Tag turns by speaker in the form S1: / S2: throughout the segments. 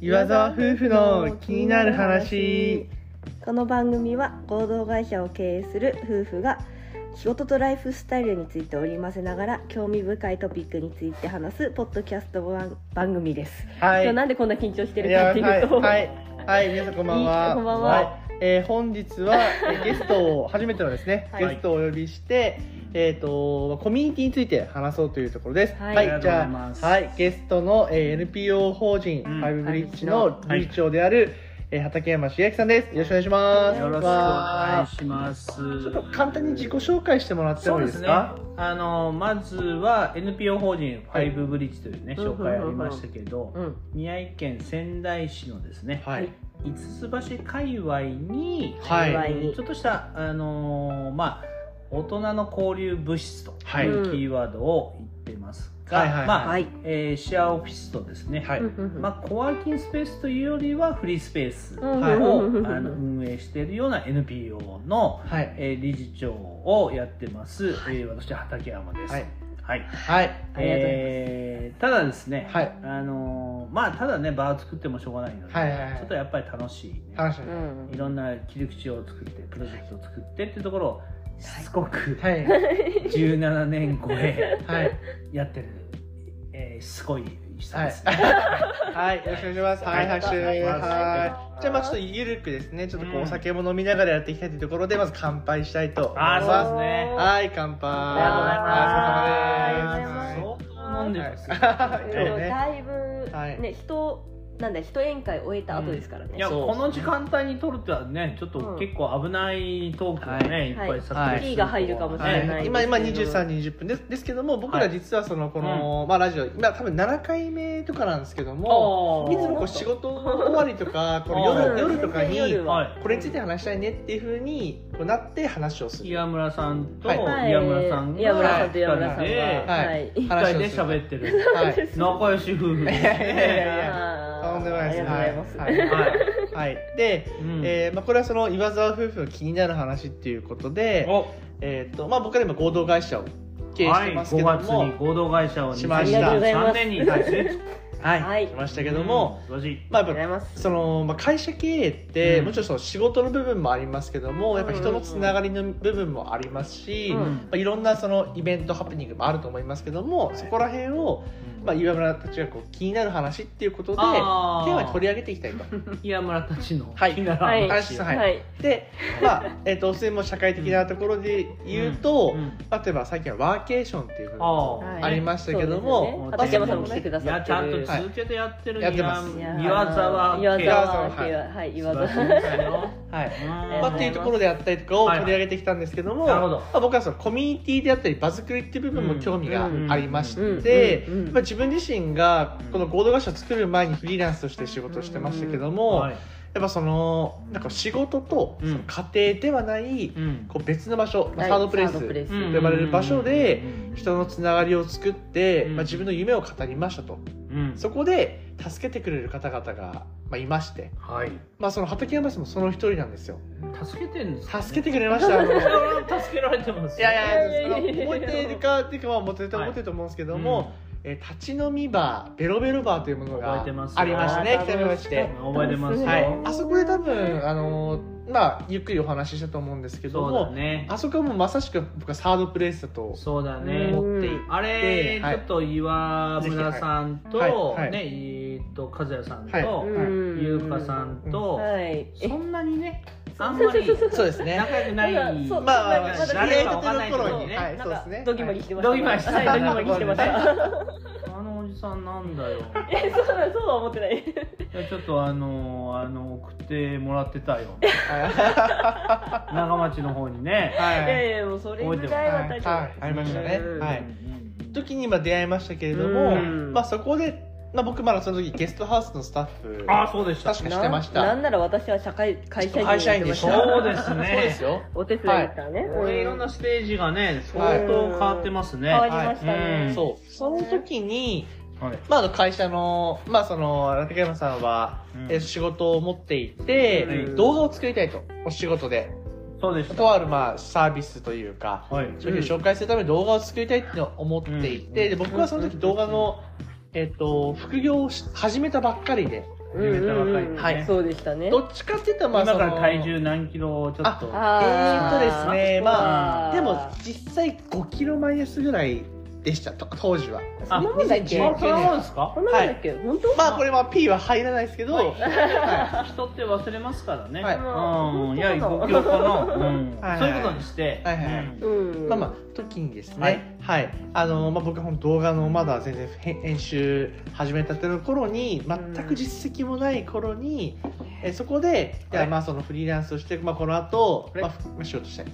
S1: 岩沢夫婦の気になる話
S2: この番組は合同会社を経営する夫婦が仕事とライフスタイルについて織り交ぜながら興味深いトピックについて話すポッドキャスト番番組です、
S1: はい
S2: 今日なんでこんな緊張してる
S1: い
S2: か
S1: や
S2: っていうと
S1: はいはい、はい、皆さんこんばん
S2: いい
S1: は
S2: こんばんは
S1: はいえー本日は えーゲストを初めてのですね、
S2: はい
S1: ゲストをお呼びしてえっ、とコミュニティについて話そうというところです
S2: はい
S3: ありが
S1: じ
S3: とうござい
S1: ゃ
S3: ます
S1: あ、はい、ゲストの、えー NPO 法人フ
S3: うん
S1: ァイブブリッジの
S3: はい
S1: 理事長である、えー畠山茂明さんですよろしくお願いします
S3: よろしくお願いします。
S1: ちょっと簡単に自己紹介してもらって
S3: そ
S1: もいういで
S3: で
S1: すす
S3: ね。
S1: か
S3: あのまずは NPO 法人ファイブブリッジというね、
S2: はい
S3: 紹介ありましたけど、
S2: うん
S3: 宮城県仙台市のですね、
S1: はい
S3: 五つ橋界隈に、
S1: はい
S2: 界隈に
S3: ちょっとしたあのまあ大人の交流物質と
S1: はい
S3: いうキーワードを言ってますが、
S1: はいはい
S3: まあ、
S2: はい
S3: えーシェアオフィスとですね、
S1: はい
S3: まあコワーキングスペースというよりはフリースペース
S2: うん
S1: はい
S3: を
S2: うん
S3: あの運営しているような NPO の、
S1: はい
S3: えー理事長をやってます、えー私畠山です。
S1: はい
S3: はい
S1: はい
S2: ありがとうございます
S3: えーただですね、
S1: はい
S3: あのーまあただねバー作ってもしょうがないので、
S1: はいはいはい
S3: ちょっとやっぱり楽しい、ね
S1: 話し
S2: う
S1: てます
S2: ん
S3: いろんな切り口を作ってプロジェクトを作ってっていうところをしつこく
S1: はい
S3: 17年超え
S1: はい
S3: やってる、えーしつこい人ですね。
S1: はい、よろしくお願いします。はい、拍手。はい。じゃあ、まあ、ちょっとゆるくですね、ちょっとこう、お酒も飲みながらやっていきたいというところで、まず乾杯したいと思い
S3: ああ
S1: ま
S3: そうですね
S1: す。。はい、乾杯。
S2: ありがとうございます
S1: お疲れ様です。
S3: 相当飲んでますよ。
S1: はい
S2: でも
S1: ね
S2: だいぶ、
S1: はい
S2: ね人なんだ人宴会終えた後ですからね、
S3: いや
S1: そう
S3: この時間帯に撮るってはねちょっ
S2: う
S3: と
S2: ん
S3: 結構危ないトークがね、、
S1: はい
S3: っぱいされて
S1: はい
S3: る
S2: P が入るかもしれない
S1: はい、今今23時20分ですですけども僕ら実はそのこの、まあ、ラジオ今多分7回目とかなんですけども
S3: おー
S1: いつもこう仕事終わりとかこの
S3: う
S1: 夜
S3: ん
S1: 夜とかに
S2: 全然夜は
S3: はい
S1: これについて話したいねっていうふうにこうなって話をする
S3: 岩村さんと
S1: はい
S3: 岩村さ
S2: は
S3: んが
S2: い岩村さんと岩村さんが
S3: 二人で
S1: はい
S2: はい
S3: 一回で喋ってる
S1: はい
S3: 仲良し夫婦です
S1: いやいやい
S3: ね。
S1: や
S2: あ
S1: と
S2: ー
S1: んでもない
S2: あ
S1: で
S2: り
S1: す。
S2: がとうございます、
S1: はいはい
S3: はい
S1: はいで、
S3: うん
S1: えーまあ、これはその岩沢夫婦の気になる話っていうことで、
S3: お
S1: えーとまあ、僕ら今合同会社を経営し
S3: は
S1: て
S3: い、
S1: ますけ
S3: 5
S1: ども、
S3: 月に合同会社を
S1: しましたあり
S2: がとうございます
S3: 2023年に開設
S1: はい
S2: はい
S1: しましたけども、、
S3: うん素晴らしい
S1: ま
S2: あり
S1: あ、
S2: がとうござ
S1: や
S2: い
S1: っぱ
S2: ます
S1: その、まあ、会社経営って、
S3: うん
S1: もちろんその仕事の部分もありますけどもやっぱ人のつながりの部分もありますし、
S2: うん
S1: まあ、いろんなそのイベントハプニングもあると思いますけども、そこら辺を、まあ、岩村たちがこう気になる話っていうことでテ
S3: あー
S1: ーマに取り上げていきたいと。
S3: 岩村たちの
S1: はい
S3: 気になる
S2: はい
S3: 話を
S1: はい
S2: はい
S1: で、まあえっとそれも社会的なところで言うと、
S3: うん
S1: 例えば最近はワーケーションっていうふうに
S3: あ
S2: はい
S1: ありましたけども
S2: そうですよね畠山さんも来てくだ
S3: い
S2: さ
S3: や
S2: っ
S3: ち
S2: て
S3: ゃん
S2: る
S3: と続けてやってる
S1: やってます
S2: いやー
S3: 岩沢
S2: 岩
S3: 家
S2: 沢家
S1: 岩
S2: ははい
S3: 素
S2: 岩
S3: 晴
S2: 沢
S3: らしいですよ
S1: はい
S3: うん
S1: まあ、 っていうところであったりとかを取り上げてきたんですけども、
S3: はいはいなるほど
S1: まあ、僕はそのコミュニティであったり場作りっていう部分も興味がありまし
S2: うん
S1: て
S2: うんうん
S1: まあ自分自身がこの合同会社を作る前にフリーランスとして仕事をしてましたけども、
S3: はい
S1: やっぱそのなんか仕事と
S3: うん
S1: 家庭ではない
S3: うん
S1: こう別の場所、まあサードプレイ
S2: サードプレイ
S1: ス
S2: ス
S3: うん
S1: 呼ばれる場所で
S3: うん
S1: 人のつながりを作って、
S3: うん
S1: まあ、自分の夢を語りましたと
S3: うん
S1: そこで助けてくれる方々が、まあ、いまして、
S3: はい
S1: まあ、その畠山さんもその一人なんですよ
S3: 助けてるんですかね
S1: 助けてくれましたあの
S3: 助けられてます
S1: いやいや、
S2: いやいやいやいや
S1: 覚えているかっていうか、まあ、もう絶対覚えてると思うんですけども、えー立ち飲みバー、ベロベロバーというものがあ
S3: 覚えて
S1: り
S3: ま
S1: ます
S3: よ
S1: したね、北見町で。
S3: 覚えてますよ
S1: は
S2: あ
S1: い、あそこで多分、
S2: うん
S1: あのーまあ、ゆっくりお話ししたと思うんですけど
S3: そう
S1: も、
S3: だね
S1: あそこはもうまさしく僕はサードプレイスだと
S3: そうだね
S1: 思っていて、
S3: あれ、
S1: はい
S3: ちょっと岩村さんと、
S1: はいはい
S3: ね、えーっと和也さんと、
S1: はい
S2: うん
S3: 優香さんと、
S2: はい
S3: そんなにね、あんまり
S1: そうですね。
S3: 仲良 くない。
S2: まだそう
S1: まあまあま
S2: なん
S1: あ、
S2: か
S1: 知
S2: まだ
S1: ら
S3: れ
S1: れ
S3: る
S1: たと
S3: かわかんないけ
S1: こ
S3: ど
S1: ろにね、
S2: は
S1: はいい、そうですね。
S2: ドギマギしてました。
S3: ドギマギしてまし
S2: は
S3: た
S2: いドギマギしてました。
S3: あのおじさんなんだよ。
S2: え、そうだ、そうは思ってない。
S3: いやちょっとあのあの送ってもらってた よ。
S1: は
S3: 長町の方に
S1: い。
S3: ね。
S1: はい
S2: や
S1: い。
S2: いや、もうそれぐらいは大丈夫。
S1: はい、ありましたね。
S2: うん
S1: はい。時に今出会いましたけれど
S2: う
S1: も、
S2: ん
S1: まあ、そこで、まあ、僕まだその時ゲストハウスのスタッフ
S3: ああそうでした。
S1: 確かしてました
S2: なんなんなら私は社会会社員
S1: 会社員でした
S3: そうですね
S1: そうですよ
S2: お手伝いですからね。
S3: これいろんなステージがね
S1: はい
S3: 相当変わってますね。
S2: 変わ
S3: は
S2: りました
S3: う
S2: ね
S3: ん。
S1: そうその時に、
S3: い。
S1: まあ、あの会社のまあその畠山さんは、
S3: うん
S1: え仕事を持っていて、
S3: うん
S1: 動画を作りたいとお仕事で
S3: そうでした。
S1: とあるまあサービスというか
S3: はい。
S1: 商品を紹介するために動画を作りたいって思っていて、
S3: うん
S1: で僕はその時動画の、えっと副業をし始めたばっかりで
S4: うんうん
S3: めちゃ若い
S4: うん
S3: ね
S1: はい
S4: そうでしたね
S1: どっちかっていうとまあ
S3: 今
S1: そ
S3: か
S1: の
S3: ら体重何キロちょっと
S4: あー
S1: えーっとですね
S3: ま
S1: あでも実際5キロマイナスぐらいでしたと当時は
S4: そんなもんだっけ
S1: あ
S3: あそんなもんですか
S4: こんなもんだっけ本当
S1: まあこれは P は入らないですけど、
S3: はい
S1: は
S3: 人って忘れますからね、
S1: はいう
S3: うんいや
S4: 本当なの
S3: 5キロかな、うん
S1: はいはい
S3: そういうことにして、
S1: はいはいはい
S3: うん
S4: うん
S1: まあまあ時にです
S3: はい
S1: ね、はいあのまあ、僕は本当動画のまだ全然編編集始めたての頃に全く実績もない頃に、えそこでじゃあまあそのフリーランスをして、まあ、この後、
S3: はい
S1: まあふまあ、仕事したいと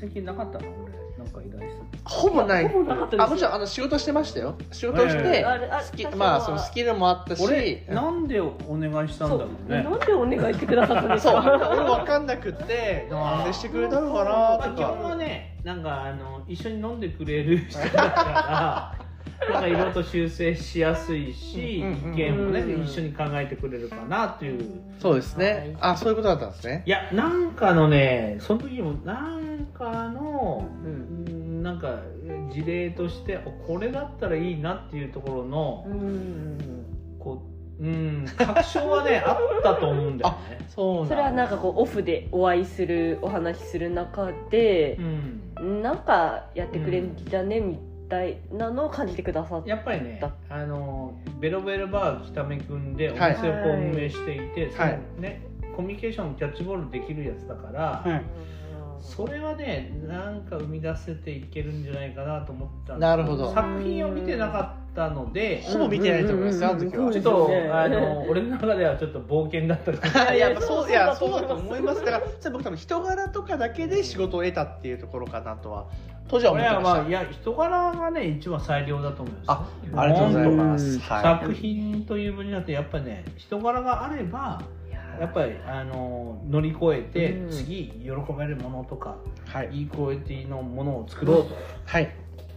S3: 実績なかったの俺なんか依頼する
S1: ほぼない
S4: ほぼなかったです
S1: あもちろんあの仕事してましたよ仕事をして、
S3: ええ
S4: あれあれ
S1: スキ
S4: 最初は
S1: まあそのスキルもあったし
S3: 俺
S1: うん
S3: なんでお願いしたんだ
S4: そ
S3: ろ
S4: う
S3: う
S4: な
S3: ね
S4: んでお願いしてくださったんです
S1: そう俺
S4: か
S1: 分かんなくってなんでしてくれたのか
S3: ま
S1: な
S3: あ
S1: と
S3: 基本は
S1: か
S3: ねなんかあの一緒に飲んでくれる人だ からなんかいろいろと修正しやすいし
S1: うんうんうん
S3: 意見もね
S4: うん
S3: 一緒に考えてくれるかなという
S1: そうですねあそういうことだったんですね
S3: いやなんかのねその時もなんかの
S4: う
S3: うんんなんか事例としてあこれだったらいいなっていうところの
S4: うん
S3: こううん確証 はねあったと思うんだよね。
S1: そうなん
S4: それはなんかこうオフでお会いするお話しする中で
S3: う、ん
S4: なんかやってくれんじゃね、みたいなのを感じてくださった
S3: やっぱりね
S4: だ
S3: あのベロベロバー北目くんでお
S1: はい
S3: 店をこう運営していて、
S1: はい
S3: そのねコミュニケーションキャッチボールできるやつだから、
S1: はい
S3: それはねなんか生み出せていけるんじゃないかなと思ったんですけ
S1: なるほど
S3: 作品を見てなかったので
S1: ほぼ見てないと思いますよあの時は
S3: ちょっと、あの俺の中ではちょっと冒険だったりとか
S1: いやいやまあそういやそ
S4: そ
S1: うう
S4: だ
S1: だ
S4: と
S1: と
S4: 思
S1: 思
S4: い
S1: い
S4: ま
S1: ますすだからそれ僕多分人柄とかだけで仕事を得たっていうところかなとは当時は思
S3: 俺
S1: って
S3: は
S1: ま
S3: ま
S1: し
S3: あいや人柄がね一番最良だと思います
S1: あたありがとうございますは
S3: 作品という分にだってやっぱね人柄があればやっぱりあの乗り越えて、
S4: うん
S3: 次喜べるものとか
S1: いはい
S3: いいクオリティのものを作ろう
S1: はい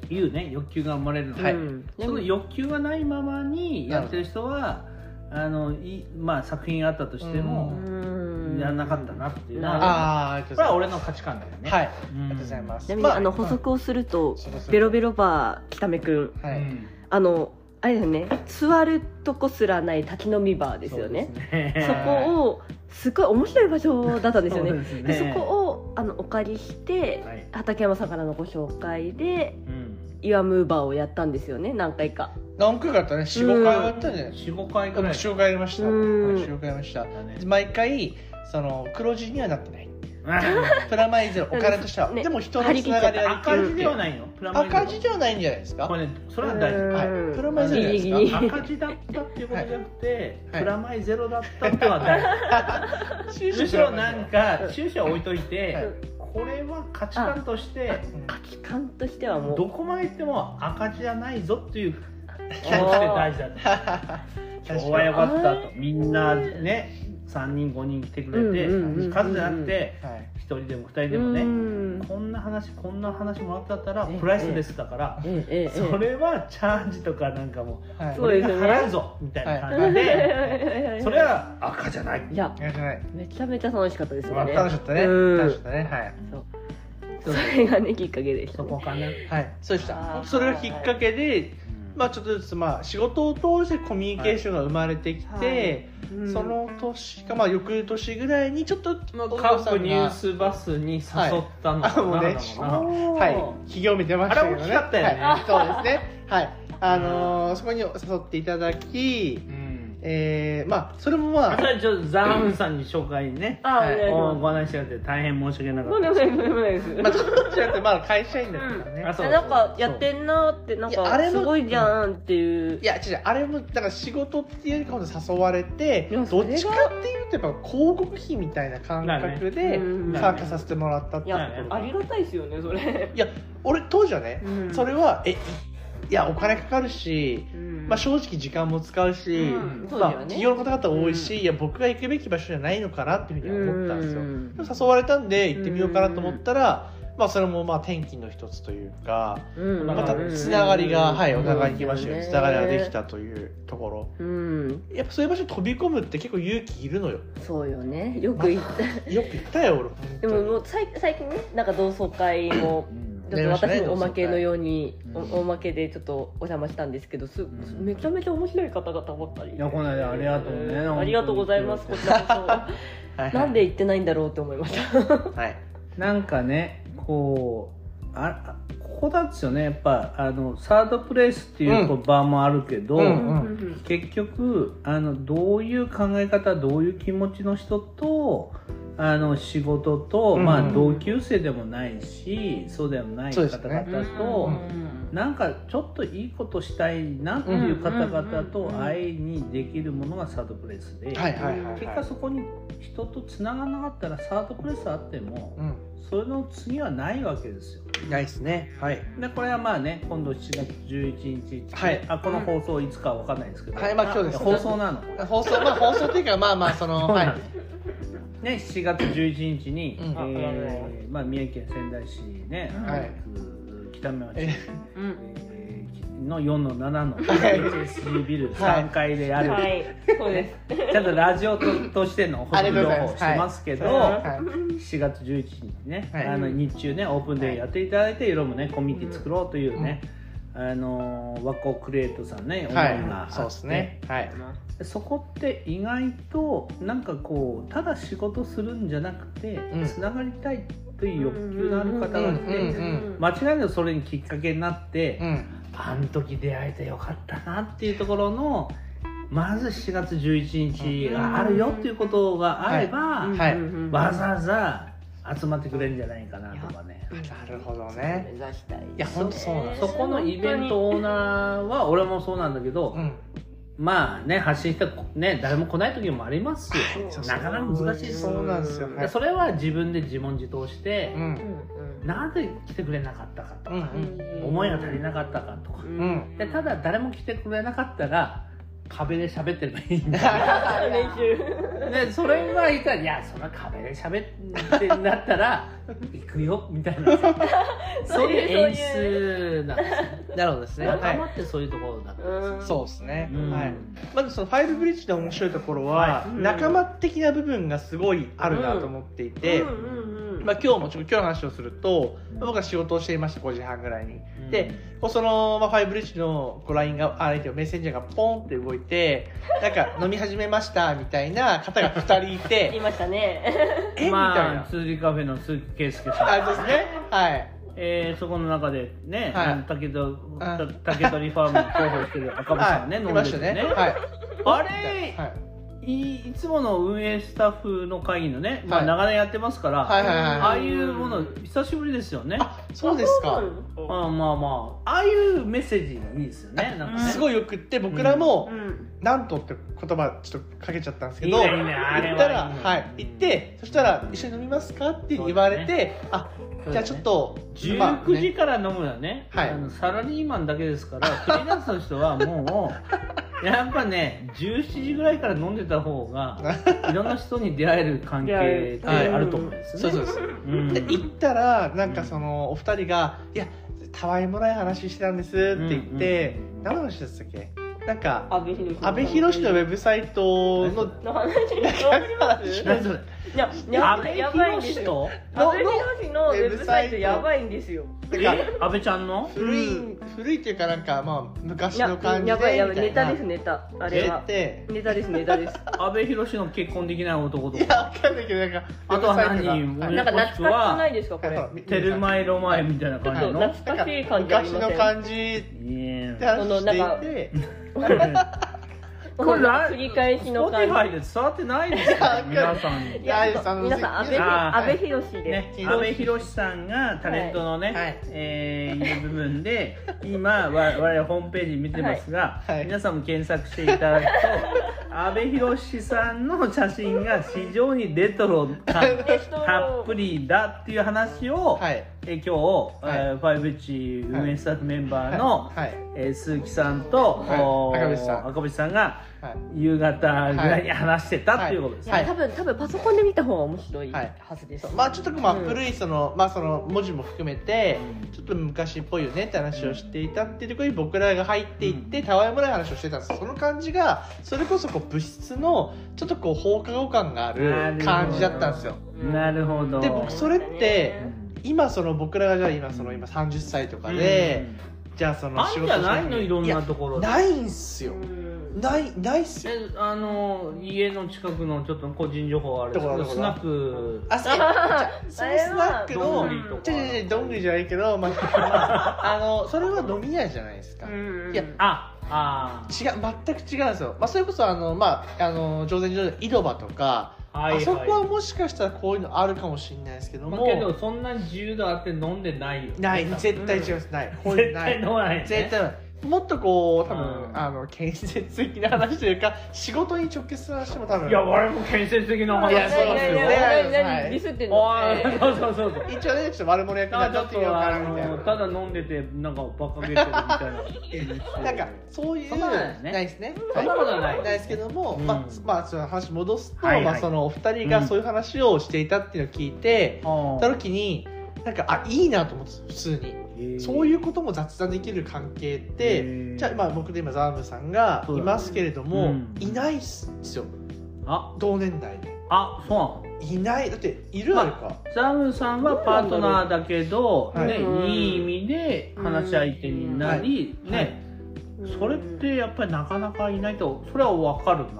S3: というね欲求が生まれるので、
S1: はい
S3: その欲求がないままにやってる人はあのいいまあ、作品があったとしても、やらなかったなっていうの
S4: うん
S3: は、
S1: あーありがとう
S3: こ
S1: ご
S3: れ
S1: ざ
S3: はい俺の価値観だよね。
S1: ますはいあ
S3: うん
S1: りがとうございます
S4: ちなみに
S1: ま
S4: あの補足をすると、
S1: そうそうそう
S4: ベロベロバー北目くん
S1: は
S3: う
S1: い
S3: ん
S4: あのあれですよね座るとこすらない立ち飲みバーですよね
S3: そう
S4: そ
S3: で
S4: こをすごい面白い場所だったんですよね
S3: すね
S4: でそこをあのお借りして
S3: はい
S4: 畠山さんからのご紹介で
S3: うん
S4: イワムーバーをやったんですよね何回か
S1: 何回かあったね45回はあったんじゃない
S3: 四五回ぐらい
S1: 45回やりました
S4: うん
S1: 45回やりました
S3: だね
S1: 毎回その黒字にはなってないプ
S3: プラ
S1: ラマイゼロお金としては、
S4: ね
S1: でも人のつながりはでき
S3: 赤
S1: る
S3: 字
S1: ってい
S3: で
S1: う
S3: はないのプラマイゼロ
S1: 赤字ではないんじゃないですか
S3: これねそれは大事
S1: は
S4: うん
S1: いプラマイゼロじゃないですか
S4: ギリギリ
S3: 赤字だったっていうことじゃなくて、
S1: はい
S3: プラマイゼロだったってはないむしろなんか注射置いといて、
S1: はい
S3: これは価値観として
S4: 価値観としてはもう
S3: どこまで行っても赤字じゃないぞっていう気持ちで大事だと 今日は良かったとみんなね3人5人来てくれて、
S4: うんうんうんうん
S3: 数じゃなくて
S1: はい
S3: 1人でも2人でもね、
S4: うん
S3: こんな話こんな話もらったったら
S4: ええ
S3: プライスレスだから、
S4: ええええ
S3: それはチャージとかなんかも
S1: はい
S4: そうですね
S3: 俺が払うぞみたいな感じで、
S4: で
S3: それは赤じゃない
S4: いや
S1: やってない
S4: めちゃめちゃ楽しかったですよね
S1: 楽しかったね
S4: うん
S1: 楽しかったねはい
S4: それがねきっかけでした
S3: そ
S4: ね
S3: こかな、
S1: はい、そうでし
S4: あー
S1: たそれがきっかけで、まあ、ちょっとずつ、まあ、仕事を通してコミュニケーションが生まれてきて、
S4: うん
S1: その年か、まあ、翌年ぐらいにちょっと
S3: カップニュースバスに誘ったの
S1: あ
S3: かな、
S1: もうね
S3: だもんな
S1: はい、企業見てましたけどね
S3: あれ大きかったよね
S1: はい、そうですねはいあのーそこに誘っていただき
S3: うん
S1: えー、まあそれもま
S3: あ
S1: あ
S3: とはちょっとザーンさんに紹介ね、
S4: あお願いし
S3: お
S4: ま
S3: ご案内しちゃって大変申し訳な
S4: す
S3: か
S4: と
S3: っ
S4: んで
S3: た
S4: もないとんでもないです
S1: まあ、当時だってまだ会社員だったからね、
S3: うんあそう
S4: なんかやってんなーってなん
S1: いやあ
S4: か
S1: れ
S4: す
S1: も
S4: ごいじゃんっていう
S1: いや違うあれもだから仕事っていうよりかほど誘われて
S4: い
S1: ど
S4: や
S1: っ
S4: それが
S1: ちかっていうとやっぱ広告費みたいな感覚
S4: なるね
S1: で
S4: うん
S1: 参加させてもらったって
S4: い
S1: いう
S4: や
S1: ところ
S4: ありがたいですよねそれ
S1: いや俺当時はね、それはえいやお金かかるし、まあ、正直時間も使うし、
S4: うんそう
S1: ま
S4: だ
S1: あ、
S4: よね
S1: 企業の方々多いし、いや僕が行くべき場所じゃないのかなっていうふうに思ったんですよ、
S4: うん
S1: でも誘われたんで行ってみようかなと思ったら、まあ、それもまあ転機の一つというか、
S4: うん
S1: また
S4: うん
S1: つながりが、はい、お互いに来ました
S4: うん
S1: よつながりができたというところ
S4: うん
S1: やっぱそういう場所に飛び込むって結構勇気いるのよ
S4: そうよねよく言っ
S1: よく言ったよ俺本
S4: て
S1: 当
S4: でも
S1: に
S4: もう最最近ねなんか同窓会も
S3: うん
S2: ちょっと私もおまけの
S1: う
S2: ように、
S3: はいうん
S2: おおまけでちょっとお邪魔したんですけどす、
S3: ん
S2: めちゃめちゃ面白い方々ばっかり
S3: いやこの間ありがとうね
S2: ん
S3: 本当に
S2: ありがとうございますこちらこ
S1: はい
S2: そ なんで行ってないんだろうって思いました
S1: はい
S3: なんかねこうああここなんですよねやっぱあのサードプレイスっていうこう場もあるけど、
S1: うん
S2: うんうん
S3: 結局あのどういう考え方どういう気持ちの人とあの仕事と、
S1: うん
S3: まあ、同級生でもないしそうでもない
S1: そう
S3: 方
S1: ですね
S3: 々と、なんかちょっといいことしたいなっていう方々と会いにできるものがサードプレイスで、
S1: はいはいはい
S3: 結果そこに人とつながらなかったらサードプレイスあっても
S1: う、ん
S3: それの次はないわけですよ。
S1: ないですねはい
S3: でこれはまあね今度7月11日、
S1: はい
S3: あこの放送いつかわかんないですけど、
S1: はいまあ今日です
S3: 放送なのこれ
S1: 放送まあ放送っていうかまあまあその
S3: そう
S1: は
S3: ないんですね、7月11日に、
S1: うん
S3: えーまあ、三重県仙台市ね、
S1: はい
S3: うん北目町、
S1: え
S3: えーの4の7の
S1: い
S3: HSG ビル3階である、
S2: はいそうです
S3: ちゃんとラジオととしての
S1: あ
S3: 放
S1: り
S3: 送
S1: がとう
S3: 情
S1: ございま
S3: 報
S1: す
S3: してますけど、
S2: は
S1: はい
S3: 7月11日にね、
S1: はい
S3: あの日中ねオープンデーやっていただいて夜もねコミュニティ作ろうというね、あのー和光クリエイトさんね思いがあって、
S1: はいそうですねはい
S3: そこって意外となんかこうただ仕事するんじゃなくて
S1: ん
S3: つながりたいという欲求のある方がい
S1: うんうん
S3: て間違いなくそれにきっかけになって、
S1: うん
S3: あの時出会えてよかったなっていうところのまず7月11日があるよっていうことがあれば、
S1: ん
S2: はいうん
S3: わざわざ集まってくれるんじゃないかなとかね。
S1: なるほどね
S2: 目指したいですね
S1: いやほんとそうなんです
S3: そこのイベントオーナーは俺もそうなんだけど、
S1: うん
S3: まあね発信したね誰も来ない時もありますよ、
S1: そう
S3: なかなか難しいです
S1: そうなんですよはい
S3: それは自分で自問自答して、
S1: う
S2: うんんうん
S3: なぜ来てくれなかったかと
S1: うんう
S3: か、
S1: ん
S3: 思いが足りなかったかとか、
S1: う
S2: うん
S1: ん
S3: でただ誰も来てくれなかったら壁で喋ってればいい んだ
S2: 練習
S3: でそれがいたら「いやそんな壁で喋ってんだったら 行くよ」みたいなさそういう演出なんですよ
S1: なるほどですね
S3: 仲間
S1: は
S3: ってそういうところだから、
S1: いそうですね
S3: うん
S1: はいまずそのファイブブリッジの面白いところは
S3: は
S1: 仲間的な部分がすごいあるなと思っていて
S2: うんうんうん
S1: まあ今日もちょっと今日の話をすると僕は仕事をしていました5時半ぐらいに
S3: うん
S1: でこうその、まあ、ファイブリッジのこう LINE が、あ、えっとメッセンジャーがポンって動いて、 なんか飲み始めましたみたいな方が2人い
S2: 言い
S1: て、
S2: ましたね
S1: えみたい
S3: まあ
S1: な。
S3: 辻カフェの鈴木圭介さん
S1: あ、そうですね。はい。
S3: えー、そこの中でね、
S1: はい
S3: あの竹取
S1: あ
S3: た竹取ファームに広報してる赤部さんね、
S1: はい、
S3: 飲
S1: い
S3: ん
S1: ま
S3: で
S1: した
S3: て
S1: ね。
S3: ね
S1: はい。
S3: あ
S1: はい
S3: れ、い、いつもの運営スタッフの会議のね、ま
S1: は
S3: あ、
S1: い
S3: 長年やってますから、
S1: はいはいはい
S3: ああいうもの久しぶりですよねあ
S1: あ、そうですか。
S3: まあまあああいうメッセージいいですよねなんかね
S1: すごいよくって、僕らも
S2: う、ん
S1: なんとって言葉ちょっとかけちゃったんですけど、
S3: いいねいいねあ
S1: 言
S3: れ
S1: った
S3: は
S1: ら、
S3: いいね
S1: はい、行って、そしたら、一緒に飲みますかって言われ
S3: そ
S1: て、あ、じゃあちょっと、まあ
S3: 19
S1: ね
S3: 時から飲むのはね、
S1: はい
S3: あのサラリーマンだけですから、フリーランスの人はもう、やっぱね、17時ぐらいから飲んでた方が、いろんな人に出会える関係ってあると思うんですね。
S1: そうそうそう。
S3: うん
S1: で行ったらなんかそのお二人が「いやたわいもない話してたんです」って言って、
S3: うんうんうん
S1: 何の話だったっけなんか
S2: 安倍博
S1: 阿部寛のウェブサイトのの
S2: の話に
S1: 話
S3: 何それ
S2: やや
S3: 安
S2: ば
S3: 倍
S2: いやばいんで
S3: 博
S2: す
S3: 士
S2: よ
S3: と
S2: 安倍博士のウェブサイトやばいんですよ
S1: なんか
S3: え安倍ちゃんの
S1: 古い、
S2: う
S1: 古いっていうかなんかまあ昔
S2: や
S1: の感じで
S2: や
S1: みた
S2: ばい
S1: い
S2: や
S1: な
S2: ばいネタですネタあれは
S1: で
S2: ネタですネタ です
S3: 安倍博士の結婚できない男と
S1: いや
S3: か、
S1: わかんないけどなんか
S3: あとは何
S1: ウェブサイト
S2: な
S1: が
S2: んか懐かしくないですかこ
S1: はい
S2: れ
S1: あとみ
S3: テルマエロマエみたいな感じの。
S2: はい懐かしい感じあり
S1: 昔
S2: ません
S1: の感じ
S3: いや
S1: で話していて
S3: これ
S2: 繰り返しの感じ
S3: Spotify で伝わってないですよ皆さんに
S2: い。や
S1: いやあの
S2: 皆さん安倍
S1: あ
S2: 安
S3: は
S2: 倍
S3: い
S2: 博士で、
S3: ね、阿部寛さんがタレントのね、
S1: はい
S3: えーいう部分で今我我々ホームページ見てますが、
S1: はいはい
S3: 皆さんも検索していただく と阿部寛さんの写真が非常にレトロ 感
S2: レトロ
S3: たっぷりだっていう話を、
S1: はい
S3: えー今日、
S1: はい
S3: えーファイブチ運営スタッフメンバーの、
S1: はい
S3: えー鈴木さんと、
S1: はい
S3: おー
S1: 赤星さん
S3: 赤星さんが
S1: はい
S3: 夕方ぐらいに話してたっていうことですね。
S2: いや多分多分パソコンで見た方が面白い
S1: はい
S2: はずです、
S1: まあちょっとまあ
S2: うん
S1: 古いその、まあその文字も含めてちょっと昔っぽいよねって話をしていたっていうところに僕らが入っていって、たわいもない話をしてたんですその感じがそれこそこう物質のちょっとこう放課後感がある感じだったんですよ
S2: うん
S3: なるほど。
S1: で僕それって
S3: うん
S1: 今その僕らがじゃあ今その今30歳とかで、じゃあその
S3: あんじゃないのいろん
S1: い
S3: な
S1: や
S3: ところで
S1: ないんすよ
S2: うん
S1: ないないっすよ
S3: えあの家の近くのちょっと個人情報はあれですけ
S1: ど
S3: ど
S1: こだどこだ
S3: スナック
S1: あ そうそのスナック
S3: ど
S1: の
S3: んぐりとか
S1: ちょちょちょどんぐりじゃないけど、ま あ、あのそれは飲み屋じゃないですか、違う
S2: うん
S1: いや
S3: ああ
S1: 全く違うんですよ、まあ、それこそあの、まあ、あの上善上善井戸端とか、
S3: あはいはい
S1: あそこはもしかしたらこういうのあるかもしれないですけど
S3: ま
S1: も、
S3: あけどそんなに自由度あって飲んでないよ
S1: ない
S3: 絶
S1: 絶対違います、ないこういう
S3: 絶
S1: のない
S3: 対飲まないよね
S1: 絶対ないもっとこう多分、
S3: うん
S1: あの建設的な話というか仕事に直結する話も多分
S3: いや我々も建設的な話
S1: い
S3: で
S1: や
S3: す
S1: そう
S3: よ
S1: ですよ
S4: 何何何何ディスってんの
S3: おいそうそうそうそう
S1: 一応ねちょっと丸盛り焼きに
S3: た
S1: なっ
S3: だち
S1: ちゃ
S3: ょ
S1: っ
S3: って
S1: みよう
S3: と
S1: か
S3: あ
S1: なみたいな
S3: のただ飲んでてなんかバカげてるみたいな
S1: なんかそういう
S3: そんなのだよね
S1: ないですね。
S3: そんなことはない
S1: ないですけども、
S3: うん
S1: まあまあその話戻すと、
S3: はいはい
S1: まあそのお二人がそういう話をしていたっていうのを聞いて、
S3: あ
S1: た時になんかあいいなと思って普通に、
S3: ー
S1: そういうことも雑談できる関係って、
S3: へー
S1: じゃあまあ僕で今ザームさんがいますけれど
S3: そうだ
S1: も、
S3: ねうん
S1: いないっすよ
S3: あ
S1: 同年代で
S3: あそうなの
S1: いないだっている
S3: まあ
S1: あるか、
S3: ザムさんはパートナーだけど、
S1: はい
S3: ね
S2: うん
S3: いい意味で話し相手になり、
S1: うんはい
S3: ね、それっ
S2: うん
S3: てやっぱりなかなかいないとそれは分かるなんか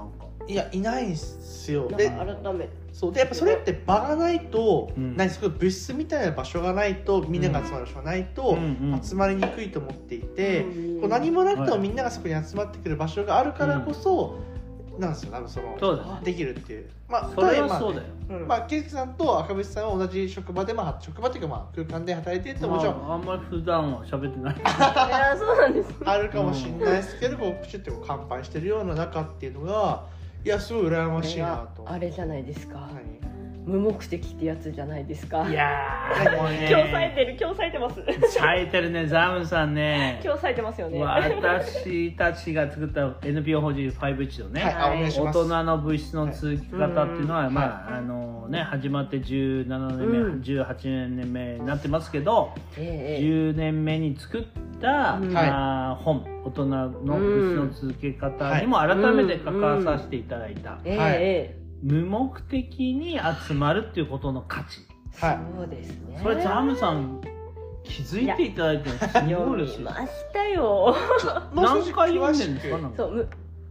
S1: いやいないっすよ
S2: なん
S1: で
S2: か改めて
S1: そうでやっぱそれって場がないと、
S3: うん
S1: 何そこ部室みたいな場所がないとみんなが集まる場所がないと、
S3: うんうん
S1: 集まりにくいと思っていて、
S2: うん
S1: こう何もなくても
S3: はい
S1: みんながそこに集まってくる場所があるからこそ、なんですよ多分その
S3: そうだね
S1: できるっていうまあ
S3: それ
S1: ただ
S3: はそう
S1: ま
S3: だよ、
S1: あまあ、圭介さんと赤渕さんは同じ職場で、まあ、職場っていうか、まあ、空間で働いてるってもちろん
S3: まあ、あんまり普段は喋ってない
S4: いやそうなんです
S1: あるかもしれないですけど、こうプチュってこう乾杯してるような中っていうのがいやすごい羨ましいなと。
S4: あれじゃないですか
S1: 何
S4: 無目的ってやつじゃないですか
S3: いや
S1: ー
S3: ーもうね
S2: 今日冴えてる今日冴えてます
S3: 冴えてるねザムさんね
S2: 今日冴えてますよね
S3: 私たちが作った NPO 法人51のね、
S1: はい、あお願いし
S3: 大
S1: ます。
S3: 人の物質の続き方っていうのは、
S1: うん
S3: まああのね始まって17年目、
S4: うん
S3: 18年目になってますけど、
S4: ええ
S3: 10年目に作った、
S4: うん
S3: まあ本大人の物質の続け方にも改めて関わさせていただいた、
S4: ええ
S1: はい
S4: え
S3: 無目的に集まるっていうことの価値
S4: え
S1: はい
S4: そうですね
S3: それザムさん気づいていただいてるのすごい
S4: 読
S3: 嬉し
S4: み
S3: い
S4: ましたよ
S1: もう少し
S3: 何回読
S1: 詳
S3: んでる
S1: し
S3: んですか
S1: く
S3: なんか
S4: そうむ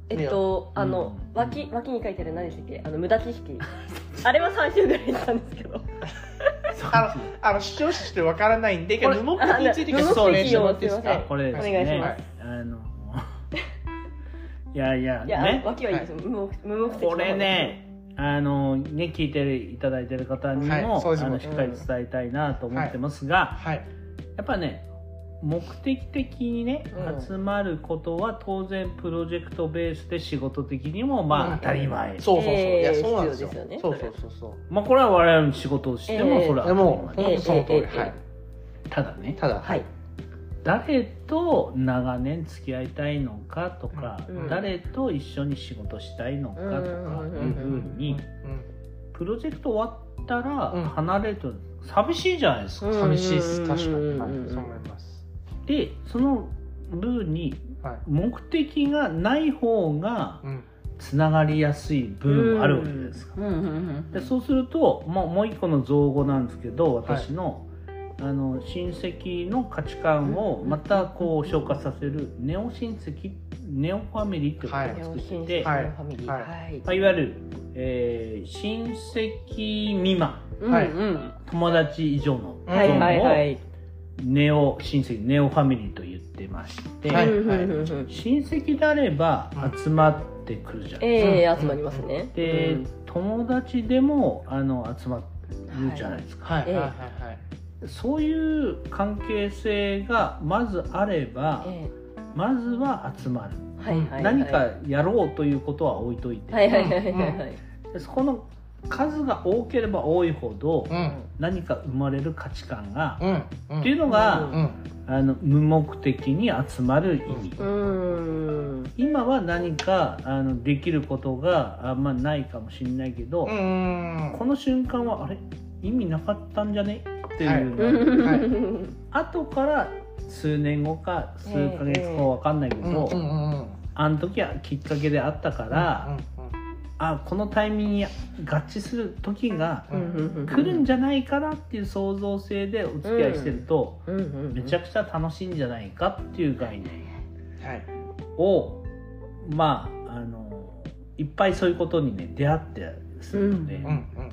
S4: えっと
S3: うん
S4: あの脇脇に書いてある何でしたっけあの無駄知 識あれは3週ぐらいしたんですけど
S1: あのあの視聴者してわからないんで、無目的について
S4: あ
S1: 説
S4: そう
S1: 明してもらっていいです
S4: すいま
S1: か
S4: せ。ん
S3: これですね
S4: お願いします
S3: あのいやいや
S4: いや、
S3: ね
S4: 脇はいいですよ、無目無目的の
S3: これねあのね聞いていただいてる方にも、
S1: はいそうです
S3: あの
S1: も
S3: し
S1: ち
S3: っかり伝えたいなと思ってますが、
S1: はい。
S3: やっぱね目的的にね、
S4: うん
S3: 集まることは当然プロジェクトベースで仕事的にもま
S1: う
S3: あ
S1: ん
S3: 当たり前、
S1: そうそうそう。い
S4: えー
S1: や、そうなんですよ
S4: 必要ですよね。
S1: そうそうそうそう。
S3: まあこれは我々の仕事をしても
S4: ええ
S3: それは
S1: でも、本当
S3: 当たり前
S1: にその通り。
S4: えーえーえー
S1: はい。
S3: ただね
S1: ただ、
S4: はい。
S3: 誰と長年付き合いたいのかとか、
S4: うん
S3: 誰と一緒に仕事したいのかとかいうふうに
S1: うん
S3: プロジェクト終わったら
S1: うん
S3: 離れると寂しいじゃないですか、
S1: 寂しいです。確かに。
S4: うん
S1: はい。
S4: うんうん
S1: そう思います。
S3: でその分に
S1: はい。
S3: 目的がない方が
S1: うん。
S3: つながりやすい分もあるわけですか、
S4: うんうんうん
S3: でそうするともうもう一個の造語なんですけど私の,、あの親戚の価値観をまたこう昇華させるネオ親戚ネオファミリーってことを作ってて、
S1: はい
S3: い
S4: ファミリー。
S1: はい
S4: い
S3: まあ、いわゆる、えー親戚未満
S1: はい
S4: うんうん
S3: 友達以上の
S1: うん
S4: はいはいはい。
S3: ネオ親戚ネオファミリーと言ってまして、
S1: はい
S4: うんうんうんうん
S3: 親戚であれば集まってくるじゃん、
S4: ええ
S1: うん
S4: 集まりますね。
S3: で、
S4: うん
S3: 友達でもあの集まるじゃないですか、
S1: はい。はい。
S4: えー
S1: はいはい。
S3: そういう関係性がまずあれば、
S4: え
S3: まずは集まる、
S4: えはいはいはい。
S3: 何かやろうということは置いといて、
S4: はいはいはいはいはい。
S3: でそこの数が多ければ多いほど、
S1: うん。
S3: 何か生まれる価値観が、
S1: うん。うん
S3: っていうのが、
S1: うん。
S3: あの無目的に集まる意味、
S4: うーん。
S3: 今は何かあのできることがあんまないかもしれないけど、
S1: うんうん。
S3: この瞬間はあれ意味なかったんじゃねっていうのが、
S1: んはい
S3: 後から数年後か数ヶ月後かわかんないけど、
S1: うんうんうん。
S3: あの時はきっかけであったから、
S1: うん
S3: あこのタイミングに合致する時が
S1: うん
S3: 来るんじゃないかなっていう想像性でお付き合いしてると、
S4: うんうん
S3: めちゃくちゃ楽しいんじゃないかっていう概念
S1: はい
S3: をまああのいっぱいそういうことにね出会ってするので、
S1: うんうんうん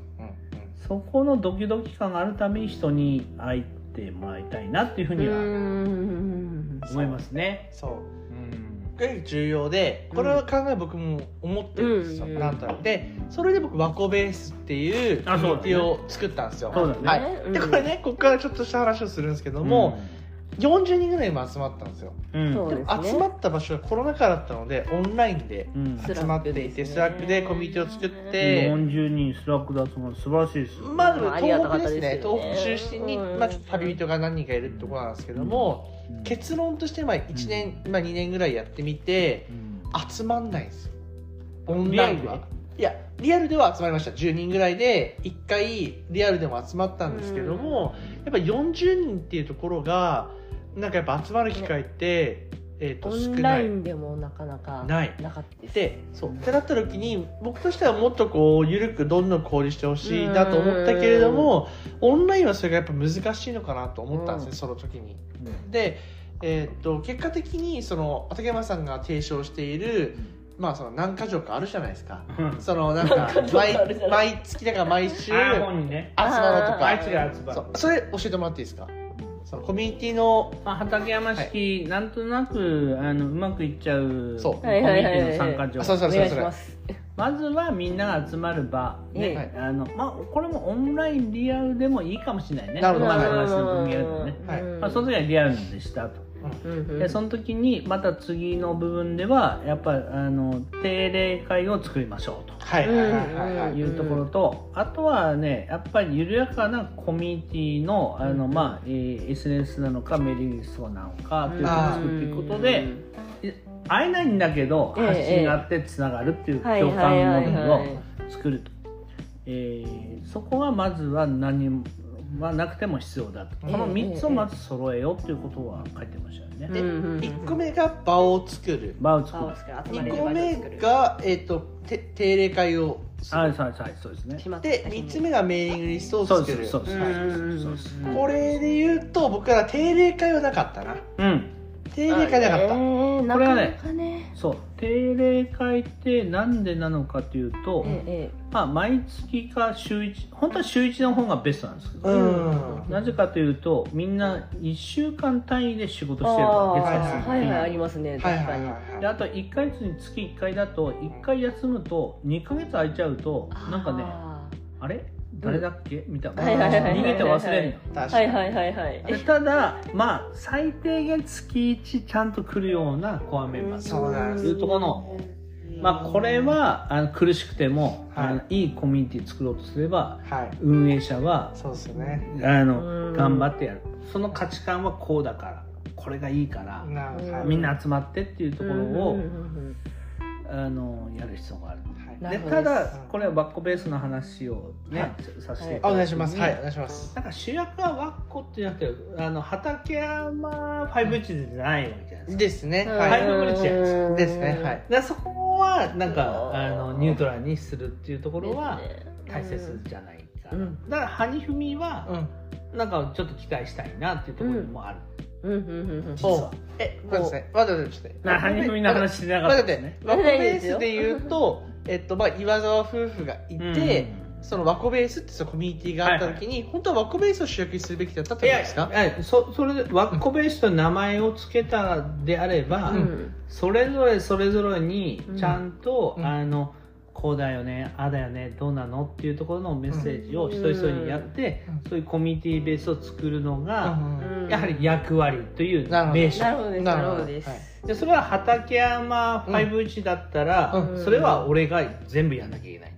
S3: そこのドキドキ感があるために人に会ってもらいたいなっていうふうには
S4: うん
S3: 思いますね。
S1: そう
S3: うん
S1: が重要でこれは考え僕も思ってるんですよ、
S4: うん
S1: なんとなくでそれで僕ワコベースっていうコミ
S3: あそ
S1: ュニ
S3: うだね
S1: ティを作ったんですよ、
S3: そうだね
S1: はい、でこれねここからちょっとした話をするんですけども、40人ぐらい今集まったんですよ
S3: うん、
S4: そう
S1: で
S4: です
S1: も
S4: ね
S1: 集まった場所がコロナ禍だったのでオンラインで
S3: うん
S4: スラック
S1: 集まっていて
S4: ですね
S1: スラックでコミュニティを作って
S3: 40人スラックだと素晴らしいですよ。
S1: まあでも
S4: ありがた
S1: 東北
S4: かっ
S1: で
S4: たですすよ
S1: ね
S4: ね
S1: 東北中心に、
S4: うん
S1: まあ、ちょっと旅人が何人かいるってところなんですけども、
S3: うん
S1: 結論としてまあ1年、まあ、2年ぐらいやってみて
S3: うん
S1: 集まんないんですよオンライン
S3: リアル
S1: は。いやリアルでは集まりました10人ぐらいで1回リアルでも集まったんですけども、やっぱ40人っていうところがなんかやっぱ集まる機会って、えー、と
S4: オ
S1: 少
S4: ン
S1: な
S4: ラ
S1: い
S4: インでもなかなか
S1: ない
S4: なかったです
S1: でそうってなった時に僕としてはもっとこう緩くどんどん交流してほしいなと思ったけれどもオンラインはそれがやっぱ難しいのかなと思ったんですね、
S4: うん
S1: その時に。で、えーっと結果的にその畠山さんが提唱している、まあ、その何か条かあるじゃないですか。
S3: うん
S1: そのなんか
S4: 条
S1: 毎
S4: かあるじゃない
S1: 毎月だから毎週集ま
S3: あ
S1: ろう
S3: 本にね。
S1: と
S4: あ
S3: あ
S1: か
S3: いつが集ま
S1: そ
S3: る
S1: う。それ教えてもらっていいですかそのコミュニティの
S3: まあ、畠山式、なんとなくあのうまくいっちゃう
S1: そう
S3: コミュニティの参加条
S1: あそうそ
S4: お
S1: うそ
S4: 願
S1: う
S4: いし
S1: それ
S4: ます
S3: まずはみんなが集まる場、ね
S1: はい
S3: あのまあ、これもオンラインリアルでもいいかもしれないね
S1: なるほど
S3: まあ
S1: はい
S3: 話の文脈でね、
S1: はい
S3: まあ、その時はリアルでしたと、でその時にまた次の部分ではやっぱあの定例会を作りましょうと
S1: はいはいはいはい
S4: うん
S3: いうところと、あとはねやっぱり緩やかなコミュニティのあの、まあえー SNS なのかメールリストなのかというのを作っていくことで、会えないんだけど
S4: ええ
S3: 発信があってつながるっていう
S4: はい
S3: 共
S4: はいはいは
S3: 感
S4: い
S3: モデルを作ると、えーそこはまずは何もまあなくても必要だと
S1: ええ
S3: この3つをまず揃えようっていうことは書いてましたよね、
S1: で
S4: 1
S1: 1個目が場を作る
S3: 場を作る
S1: 2個目が、えっとて定例会をす
S3: はい
S1: る
S3: はいはいそうですね
S1: で3つ目がメーリングリストを
S3: そう
S1: 作
S3: です
S1: る
S3: そうです
S4: うん
S3: はいそうですそうです
S1: これで言うと僕ら定例会はなかったな
S3: うん
S1: 定例会なかった、
S4: こ
S3: これはね
S4: なかね
S3: そう定例会ってなんでなのかというと、
S4: え
S3: まあ、毎月か週1本当は週1の方がベストなんですけど、
S1: うん
S3: なぜかというとみんな1週間単位で仕事
S4: え
S3: してるわけ
S1: あ
S3: で
S1: ー
S3: す
S4: はいはいあり
S3: ま
S4: ます
S1: は
S4: ね
S1: いは
S4: 確
S1: い
S4: か
S1: はい
S4: に
S3: で
S1: は
S3: あと1ヶ月に月1回だと1回休むと2ヶ月空いちゃうとなんかねあれ誰だっけみたいな
S1: はいはいはいはい
S3: 逃げて忘れんの。
S1: い確
S4: は
S1: か
S4: い
S1: に、
S4: はいはいはい
S3: でただまあ最低限月1ちゃんと来るようなコアメンバー
S1: そうなんです
S3: いうとこのまあこれはあの苦しくても、
S1: はい
S3: い、あのいいコミュニティ作ろうとすれば
S1: はい
S3: 運営者は
S1: そうですね
S3: あ
S4: う
S3: の
S4: ん
S3: 頑張ってやるその価値観はこうだからこれがいいから
S1: なるほどはい
S3: みんな集まってっていうところ
S4: う
S3: を
S4: んうんうん
S3: あのやる必要がある
S1: は
S4: ないるほ
S3: で
S4: ど
S3: ただ
S1: です
S3: これはバッコベースの話をね、
S1: は
S3: させて
S1: あ
S3: だ
S1: お
S3: く
S1: 願いしますはいお願いします
S3: なんか主役はワッコってじゃなくてあの畠山 5G じゃないわけじゃないですか
S1: ですね
S4: うん
S1: は
S3: ファイブブリッジや
S1: いですねはい
S3: だからそこはなんか
S4: うん
S3: あのニュートラルにするっていうとこ
S4: こ
S3: ろは大切じゃないかな、
S4: うん
S3: だからハニフミは
S1: うん
S3: なんかちょっと期待したいなっていうところもある、
S4: うんうんうんうん
S3: 実は
S1: え待ってください待って待って
S3: なハニフミの話しなかっ
S1: 待
S3: た
S1: って
S3: です
S1: 待っ
S3: ね
S1: てワコベースで言う とえっとまあ岩沢夫婦がいて、そのワコベースってそのコミュニティがあった時に、本当はワコベースを主役にするべきだったっ
S3: い
S1: てこと
S3: や
S1: ですか
S3: いやそそれでワッコベースと名前を付けたであれば、
S4: うん
S3: それぞれそれぞれに
S4: うん
S3: ちゃんと、
S1: うん
S3: あのこうだよねああだよねどうなのっていうところのメッセージを一人一人にやって、
S1: うん
S3: そういうコミュニティベースを作るのが、
S1: うん
S4: うん
S3: やはり役割という
S1: なるほど
S3: 名称
S4: なるほどです
S1: な
S4: な
S1: る
S4: る
S1: ほ
S4: ほ
S1: ど
S4: どです
S1: はい
S3: でそれは畠山5G だったら、
S1: うん
S3: それは俺が全部やんなきゃいけない、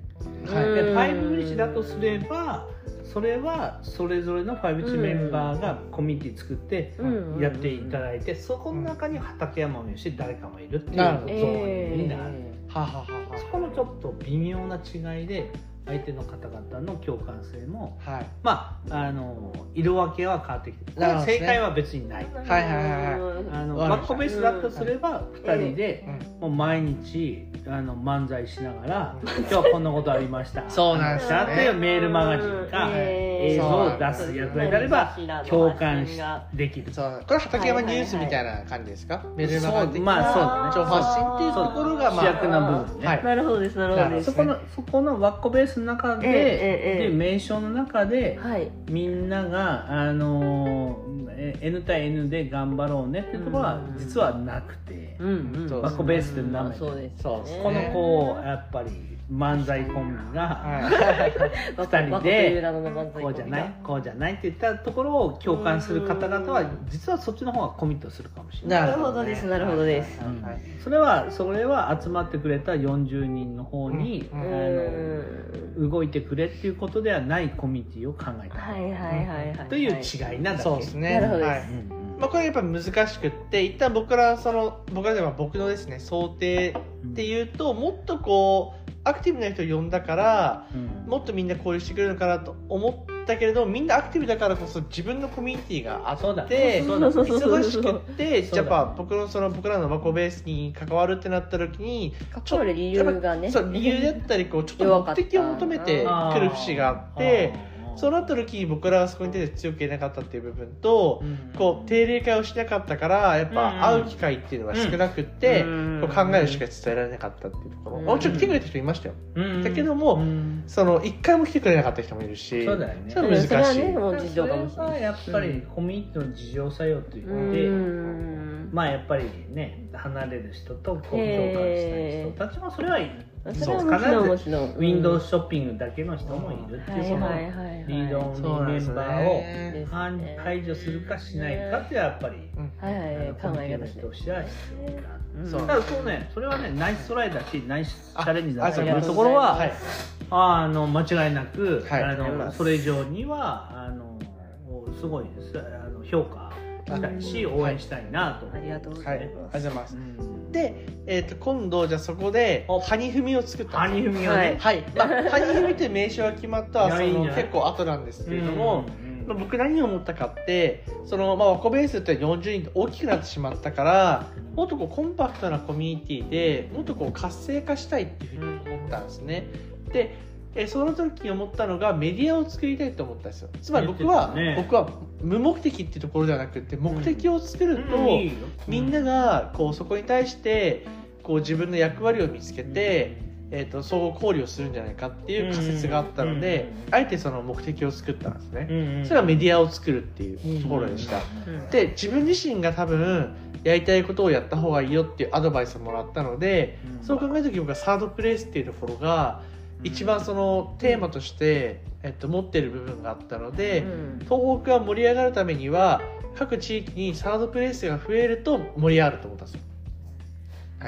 S1: はい
S3: で
S4: うん
S3: 5G だとすればそれはそれぞれの 5G メンバーがコミュニティ作って
S4: うん
S3: やっていただいて、そこの中に畠山もいるし誰かもいるっていうゾ
S1: なるほど
S3: ーンになる、
S1: はあはあは
S3: そこのちょっと微妙な違いで相手の方々の共感性も
S1: あはい
S3: まああの色分けは変わってきてる
S1: なるほどね
S3: 正解は別にない
S1: はいはいはい
S3: あの
S1: わわかりまし
S3: ワッ
S1: た
S3: コベースだとすれば2人で
S1: うん
S3: もう毎日あの漫才しながら今日はこんなことありました
S1: そうなんですよね
S3: ありましたっていうメールマガジンか
S1: うん
S3: 映像を出すやつであれば共感しできる
S1: そうこれ畠山ニュースみたいな感じですか、メルマガ
S3: そう
S1: 的
S3: まあそうだね
S1: 情報発信っていうところが、まあ、
S3: 主役な部分ね、
S1: はい
S2: なるほどですなるほどです
S3: そこのそこのワッコベースの中で、
S2: ええええ
S3: で名称の中で、
S4: はい
S3: みんなが、あのーえ N 対 N で頑張ろうねっていうところは
S4: うん
S3: 実はなくて、
S4: うんうん
S1: そう
S3: バックベースって名前
S4: そうです
S1: そう
S4: ね
S1: そ
S3: このこうやっぱり漫才コンビが
S1: はい
S3: 二人
S4: バカという
S3: で
S4: 名の漫才コンビ
S3: こうじゃないこうじゃないって言ったところを共感する方々は実はそっちの方がコミットするかもしれない。
S2: なるほどですなるほどです
S1: はいはい
S3: それはそれは集まってくれた40人の方に、
S1: うん
S4: う
S1: うん
S3: あ
S4: ん
S3: の動いてくれっていうことではないコミュニティを考えた、
S4: はいはいはいはい
S3: という違いなだけ、
S1: そうですね
S4: なるほどです
S1: はい
S3: うんうん
S1: まあ、これやっぱ難しくって一旦僕らその僕らでは僕のですね想定っていうともっとこうアクティブな人を呼んだから
S3: うん
S1: もっとみんな交流してくれるのかなと思ったけれどみんなアクティブだからこそ自分のコミュニティがあ
S3: そうだ
S1: って
S3: そうだ
S4: そうそう
S1: 忙し
S4: そう
S1: く
S4: そう
S1: って
S3: そうだ
S1: やっぱ僕のその僕らのワコベースに関わるってなった時に
S4: 関わる理由がね
S1: そう理由だったりこうちょっと目的を求めてくる節があってそうなった時に僕らがそこに出て強くいなかったっていう部分とこう定例会をしなかったからやっ
S3: うん
S1: ぱ会う機会っていうのが少なくって、こう考えるしか伝えられなかったっていうところ、
S4: うん
S1: もちろん来てくれた人いましたよ、
S3: うん
S1: だけども、
S3: うん
S1: その一回も来てくれなかった人もいるし
S3: そうだよね
S1: それは難しい、
S4: うんそれはねもう事情かもしれ
S3: そ
S4: な
S3: れ
S4: い
S3: はやっぱりコミュニティの事情作用といううので、
S4: ん
S3: まあやっぱりね離れる人とこう共感
S4: へー
S3: したい人たちもそれはいい
S4: それはもちろんもちろん
S3: ウィンドウショッピングだけの人もいるっていう、
S4: はい
S3: その
S4: はいはい
S3: リードオンリ
S1: そう
S3: ー
S1: なん
S3: メ
S1: です
S3: ンバーを
S1: ね
S4: です
S3: 半
S4: ね
S3: 排除するかしないかってやっぱり、
S4: はいは
S3: あ
S4: い
S3: の
S4: はい考
S3: コミュニ
S4: え方
S3: ティの
S4: して
S3: 人としては必要か
S4: うん
S1: そう
S3: ただそうねそれはねナイストライだしナイスチャレンジだと
S1: あ
S4: あり
S3: い
S4: がと
S3: う
S4: う
S3: と
S4: ご
S3: こ
S4: ざい
S3: ろ
S4: ま
S3: は、
S4: す
S1: はい
S3: ああの間違いなく、
S1: はい
S3: あ
S4: ありま
S3: の
S4: す
S3: それ以上にはあのすごいすあの評価したいし、
S1: うん
S3: 応援したいなと思う
S4: ありがとうご
S1: は
S4: ざ
S1: いあ
S4: い
S1: りがとう
S4: ま
S1: ご
S4: す
S1: ざいます
S3: うん
S1: で、えー、と今度じゃあそこで
S3: お
S1: ハニフミを作った
S3: ハニフミを
S4: は
S3: ね
S4: い
S1: はい、まあ、ハニフミという名称が決まったはい
S3: や
S1: そ
S3: いいん
S1: の
S3: じゃない
S1: 結構後なんです
S3: っ
S1: け
S3: てい
S1: れ
S3: う
S1: ど
S3: の
S1: も
S3: も、、
S1: まあ、僕何を思ったかってその、まあ、ワコベースって40人と大きくなってしまったからもっとこうコンパクトなコミュニティでもっとこう活性化したいっていうふうに思ったんですね。でえーその時に思ったのがメディアを作りたいと思ったんですよつまり僕は、
S3: 言って
S1: 僕は無目的っていうところではなくて目的を作ると、
S3: うんいいよ
S1: みんながこうそこに対してこう自分の役割を見つけて、えー、と相互交流をするんじゃないかっていう仮説があったので、
S3: うん
S1: あえてその目的を作ったんですね。
S3: うん
S1: それはメディアを作るっていうところでした。
S4: うん
S1: で自分自身が多分やりたいことをやった方がいいよっていうアドバイスをもらったので
S3: うん
S1: そう考えた時僕はサードプレイスっていうところが一番そのテーマとして、えっと、持ってる部分があったので
S4: うん
S1: 東北が盛り上がるためには各地域にサードプレイスが増えると盛り上がると思ったんですよ、はい
S3: なる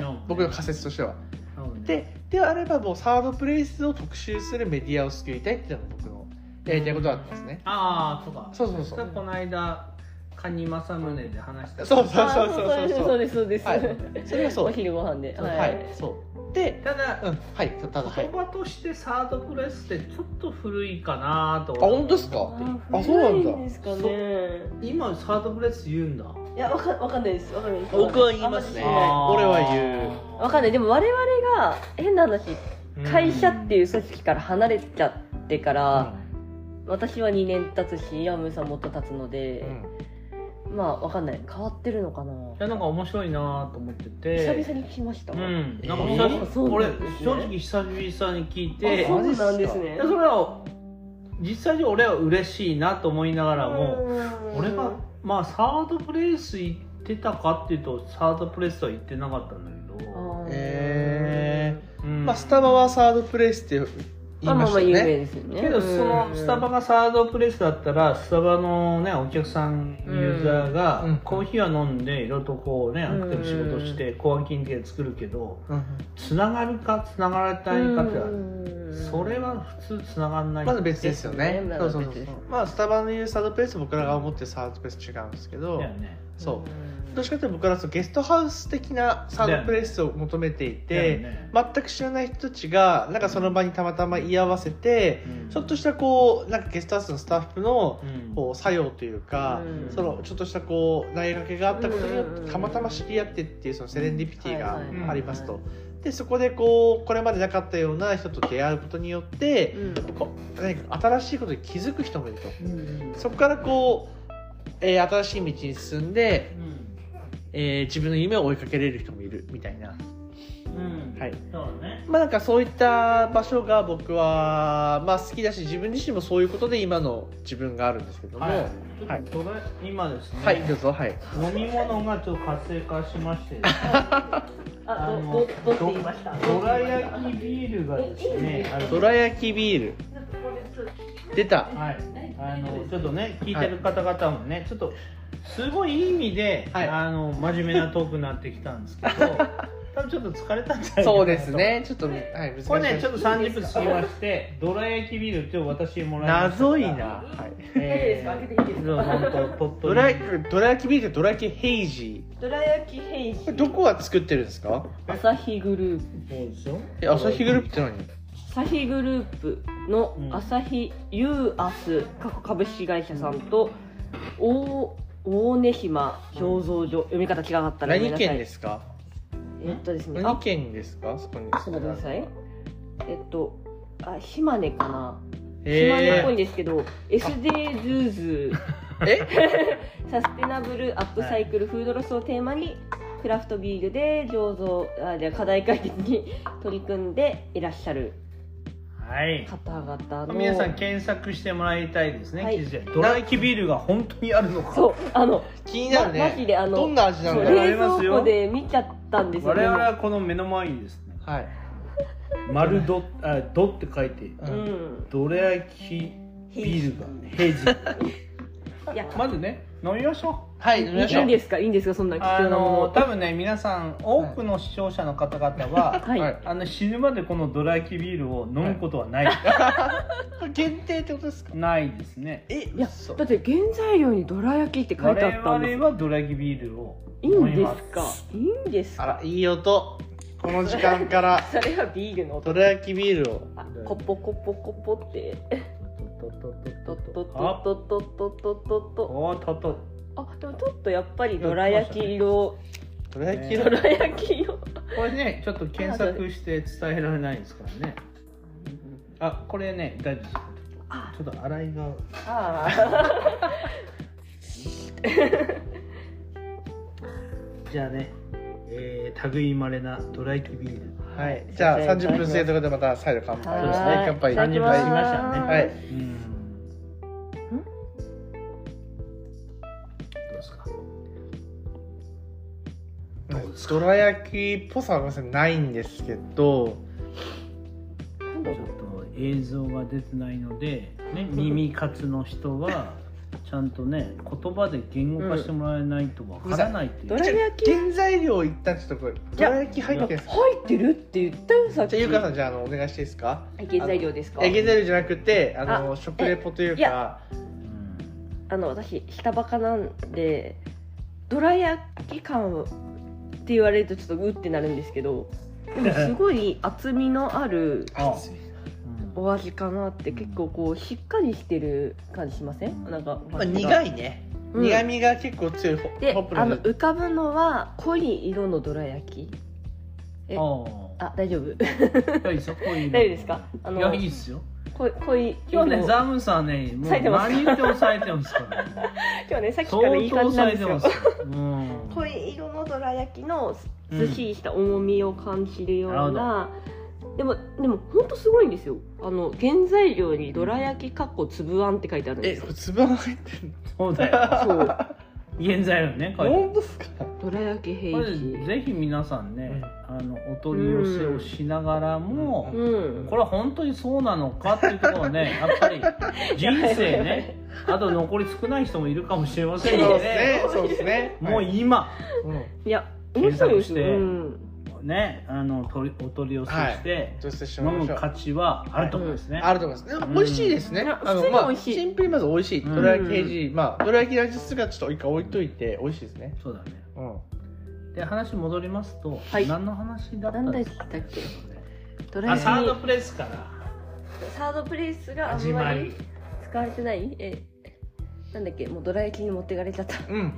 S3: ほどね
S1: 僕の仮説としては。
S3: うん
S1: でであればもうサードプレイスを特集するメディアを作りたいっていうのが僕のやりたいことだったんですね。
S3: ああそうか
S1: そうそうそう
S3: それこの間カニ政宗で話した
S1: そうそう
S4: あ
S1: そう
S4: ー
S1: そうそうそう
S4: そうですそうです
S1: は
S4: そうで
S1: い
S4: す、
S1: それがそう
S4: お昼ご飯で
S1: はい、そうで、
S3: ただ、
S1: うん、はいただはい
S3: 言葉としてサードプレスってちょっと古いかなと
S1: あ本当ですかあそうなんだ
S4: 古いですかね
S3: 今サードプレス言うんだ
S4: いやわかわかんないですわかんないです
S1: 僕は言いますね
S4: あんま
S1: ー俺
S4: り
S1: は言
S4: 言えないわかんないでも我々が変な話会社っていう組織から離れちゃってから、私は2年経つしヤムさんもっと経つので、まあわかんない変わってるのかな
S3: やなんか面白いなと思ってて
S4: 久々に聞きました、
S3: うんなんか
S1: えー
S3: 久々
S4: そう
S3: 俺
S4: なんですね
S3: 正直久々に聞い
S4: あ
S3: て
S4: そうなんですね
S3: いやそれは実際に俺は嬉しいなと思いながらも
S4: うん
S3: 俺がまあサードプレイス行ってたかっていうとサードプレイスは行ってなかったんだけ
S4: あ
S3: ど、
S4: ー
S1: え
S3: うん
S1: まあスタバはサードプレイスって言
S4: ま
S1: いま
S4: あまあ
S1: し
S4: まあ
S1: たよ
S4: 有名
S1: ね。
S4: ですよね
S3: けどそのスタバがサードプレイスだったらスタバのねお客さんユーザーが
S1: うん
S3: コーヒーは飲んでいろいろとこうねア
S4: うん
S3: クティブ仕事してコワーキングで作るけど
S1: うん
S3: つながるかつながらないかってあるそれ
S4: は
S3: は普通つながんない
S1: まだ別ですよね。
S4: ですね
S1: そうそうそう
S4: まだ別です
S1: まあスタバの言うサードプレイスと僕らが思ってるサードプレイス違うんですけど
S3: だよ、ね
S1: そうどっちかというと僕らはそうゲストハウス的なサードプレイスを求めていて、
S3: ね
S1: 全く知らない人たちがなんかその場にたまたま居合わせて、ちょっとしたこうなんかゲストハウスのスタッフの
S3: うん
S1: こう作用というか、
S4: うん
S1: そのちょっとしたこう投げかけがあったことによ
S4: うんうん
S1: っ
S4: うん
S1: てたまたま知り合ってっていうそのセレンディピティが
S4: はい
S3: はいはい
S1: ありますと。でそこでこうこれまでなかったような人と出会うことによって、こう何か新しいことに気づく人もいると。そこからこう、えー新しい道に進んで、えー自分の夢を追いかけれる人もいるみたいな。
S3: うん
S1: はい
S3: そうね
S1: まあなんかそういった場所が僕は、まあ、好きだし自分自身もそういうことで今の自分があるんですけども、はい、
S3: いちょっとこれ今ですね、
S1: どうぞはい
S3: 飲み物がちょっと活性化しましてですね
S4: あ
S3: あの
S4: どどどって言いました
S3: どら焼きビールがですねあの
S1: どら焼きビール出た
S3: はい、あのちょっとね聞いてる方々もね、ちょっとすごいいい意味で、
S1: はい
S3: あの真面目なトークになってきたんですけど 多分ちょっと疲れたんじゃないかなと
S1: そうですねちょっと、はい、難しい
S3: これねちょっと30分過ぎましてどら焼きビールちょっと私もらいました
S1: 謎いな、はい、
S3: えー
S4: いいですか開けていいですか
S3: 本当鳥
S1: ど
S3: 取
S1: ら焼きどら焼きビールってどら焼きヘイジー
S4: どら焼き兵
S1: これ
S4: 士
S1: どこが作ってるんですか
S4: 朝日グループ
S3: そうでしょ
S1: え朝日グループって何
S4: 朝日グループの
S3: うん
S4: 朝日ユーアス過去株式会社さんと大大根島醸造所読み方違かったらごめ
S1: 何
S4: んなさい
S1: 県ですか
S4: えっとですね
S1: 何
S4: あ
S1: 県ですかそこに
S4: ちょっと待ってくださいえっとあ島根かな島根っ
S1: へ
S4: ぽいんですけど SDGs
S1: ーえ
S4: サステナブルアップサイクルフードロスをテーマにクラフトビールで醸造あじゃあ課題解決に取り組んでいらっしゃる
S3: はい
S4: 方々の
S3: 皆さん検索してもらいたいですね、
S4: はい
S3: 記事でどら焼きビールが本当にあるのか
S4: そうあの
S1: 気になる
S4: ま
S1: ね
S4: マジであの
S1: どんな味な
S4: そ
S1: ん
S4: う
S1: だろう
S4: 冷蔵庫で見ちゃったんですよ
S3: 我
S4: ね
S3: 々はこの目の前にですね
S1: はい、
S3: 「丸ドあ「ド」って書いて
S1: う
S4: うんん
S3: どら焼きビールが平時
S4: いや
S3: まずね飲みましょ
S1: はい、飲みま
S4: い
S1: し
S4: い
S1: ょうん
S4: ですかいいんですかそんな
S3: う
S4: 貴
S3: あ
S4: 重なもの
S3: の
S4: を
S3: 多分ね皆さん多くの視聴者の方々は、
S4: はい、
S1: はい
S3: あの死ぬまでこのどら焼きビールを飲むことはない、
S1: 限定ってことですか
S3: ないですね
S1: え
S4: いや
S1: 嘘
S4: だって原材料にどら焼きって書いてあったんです
S3: 我々はどら焼きビールを
S4: いい
S3: 飲
S4: ん
S3: み
S4: で
S3: ます
S4: すかいいんです
S1: あ
S4: から
S1: いい音この時間から
S4: それはビールの音
S1: どら焼きビールを
S4: あコポコポコポってトットッ
S3: あ
S4: トットットットットット
S3: おっとっと
S4: あでもちょっとやっぱりどら焼き色
S1: どら焼き
S4: ど
S1: 色
S4: ら焼き色
S3: これねちょっと検索して伝えられないですからねあこれね大丈夫ですちょっと洗いが
S4: あ
S3: じゃあね、えー、類いまれなドライキビール。
S1: はいじゃあ30分制とかでまた再度乾杯
S3: そうです
S1: ね乾杯
S4: いただき
S3: 30分しましたね
S1: はい
S3: うん。どうですか。
S1: どら焼きっぽさはごめんなさいないんですけど
S3: ちょっと映像が出てないので、ね、 耳活の人は。ちゃんとね、言葉で言語化してもらえないとわからないっていう。
S4: どら焼き
S1: 原材料一旦ちょっとこれどら焼き入ってるんですか
S4: 入ってるって言ったよさっき
S1: じゃあゆうかさんじゃああのお願いしていいですか
S4: 原材料ですか
S1: え原材料じゃなくてあの食レポという
S4: い
S1: か
S3: うん
S4: あの私下バカなんでどら焼き感って言われるとちょっとうってなるんですけどでもすごい厚みのある
S3: あうん
S4: お味かなって結構こうしっかりしてる感じしませんなんか、
S1: まあ苦いね
S4: うん
S1: 苦味が結構強いホ
S4: で
S1: ホップ
S4: あ
S1: の
S4: の
S1: 味
S4: 浮かぶのは濃い色のどら焼きえ
S3: あ
S4: あ大丈夫大
S3: あ、いいですよ、こういうの
S4: 丈夫ですかあ
S3: い
S4: の
S3: や、いいですよ。
S4: 濃い濃い
S3: 今
S4: 色
S3: 日ね、ザムさんね、もう
S4: 冴えてます
S3: 何言っても冴えてますからね。
S4: 今日ねさっきからい
S3: 相
S4: い感
S3: 当
S4: じなんで
S3: 冴
S4: す
S3: えて
S4: よ
S3: ますよ。うん
S4: 濃い色のどら焼きの
S3: うん
S4: ずっしりした重みを感じるよう
S3: な
S4: な、でもでも本当すごいんですよあの原材料にどら焼きかっこつぶあんって書いてあるんで
S1: え
S4: す
S1: こ
S4: よ
S1: れ粒あん入ってる
S3: そうだよ。
S4: そう
S3: 原材料ね、これ。
S1: 本当ですか
S4: どら焼き平
S3: これ
S4: 気
S3: ぜひ皆さんね、あのお取り寄せをしながらも、
S4: うん
S3: これは本当にそうなのかっていうところをねやっぱり人生ねあと残り少ない人もいるかもしれません
S1: そう
S3: の
S1: です
S3: で
S1: ねそうですね
S3: もう
S1: い
S3: 今
S1: うん
S4: いや面白いですよ、
S3: 検索して
S4: うん、
S3: ねあの取りお取り寄せして、
S1: どうしてし
S3: 飲
S1: まいま
S3: む
S1: しょう
S3: 価値はあると思うんですね、
S1: あると思います。でも美味しいですね。
S4: うん
S1: あ
S4: 普通
S1: の
S4: に
S1: ま
S4: 美
S1: あ
S4: 味しい
S1: シンプルにまず美味しい。
S3: うん
S1: どら焼きの味、まあどら焼きの味すがちょっと一回置いといて美味しいですね。
S3: そうだね
S1: うん。
S3: で話戻りますと、
S4: はい
S3: 何の話だったんですか
S4: 何だったっドラ
S3: あ
S4: 焼き
S3: サードプレイスから
S4: サードプレイスがあん
S3: 始
S4: ま
S3: ま
S4: り
S3: り
S4: 使われてないえなんだっけもうドラ焼きに持ってかれちゃった
S1: うん。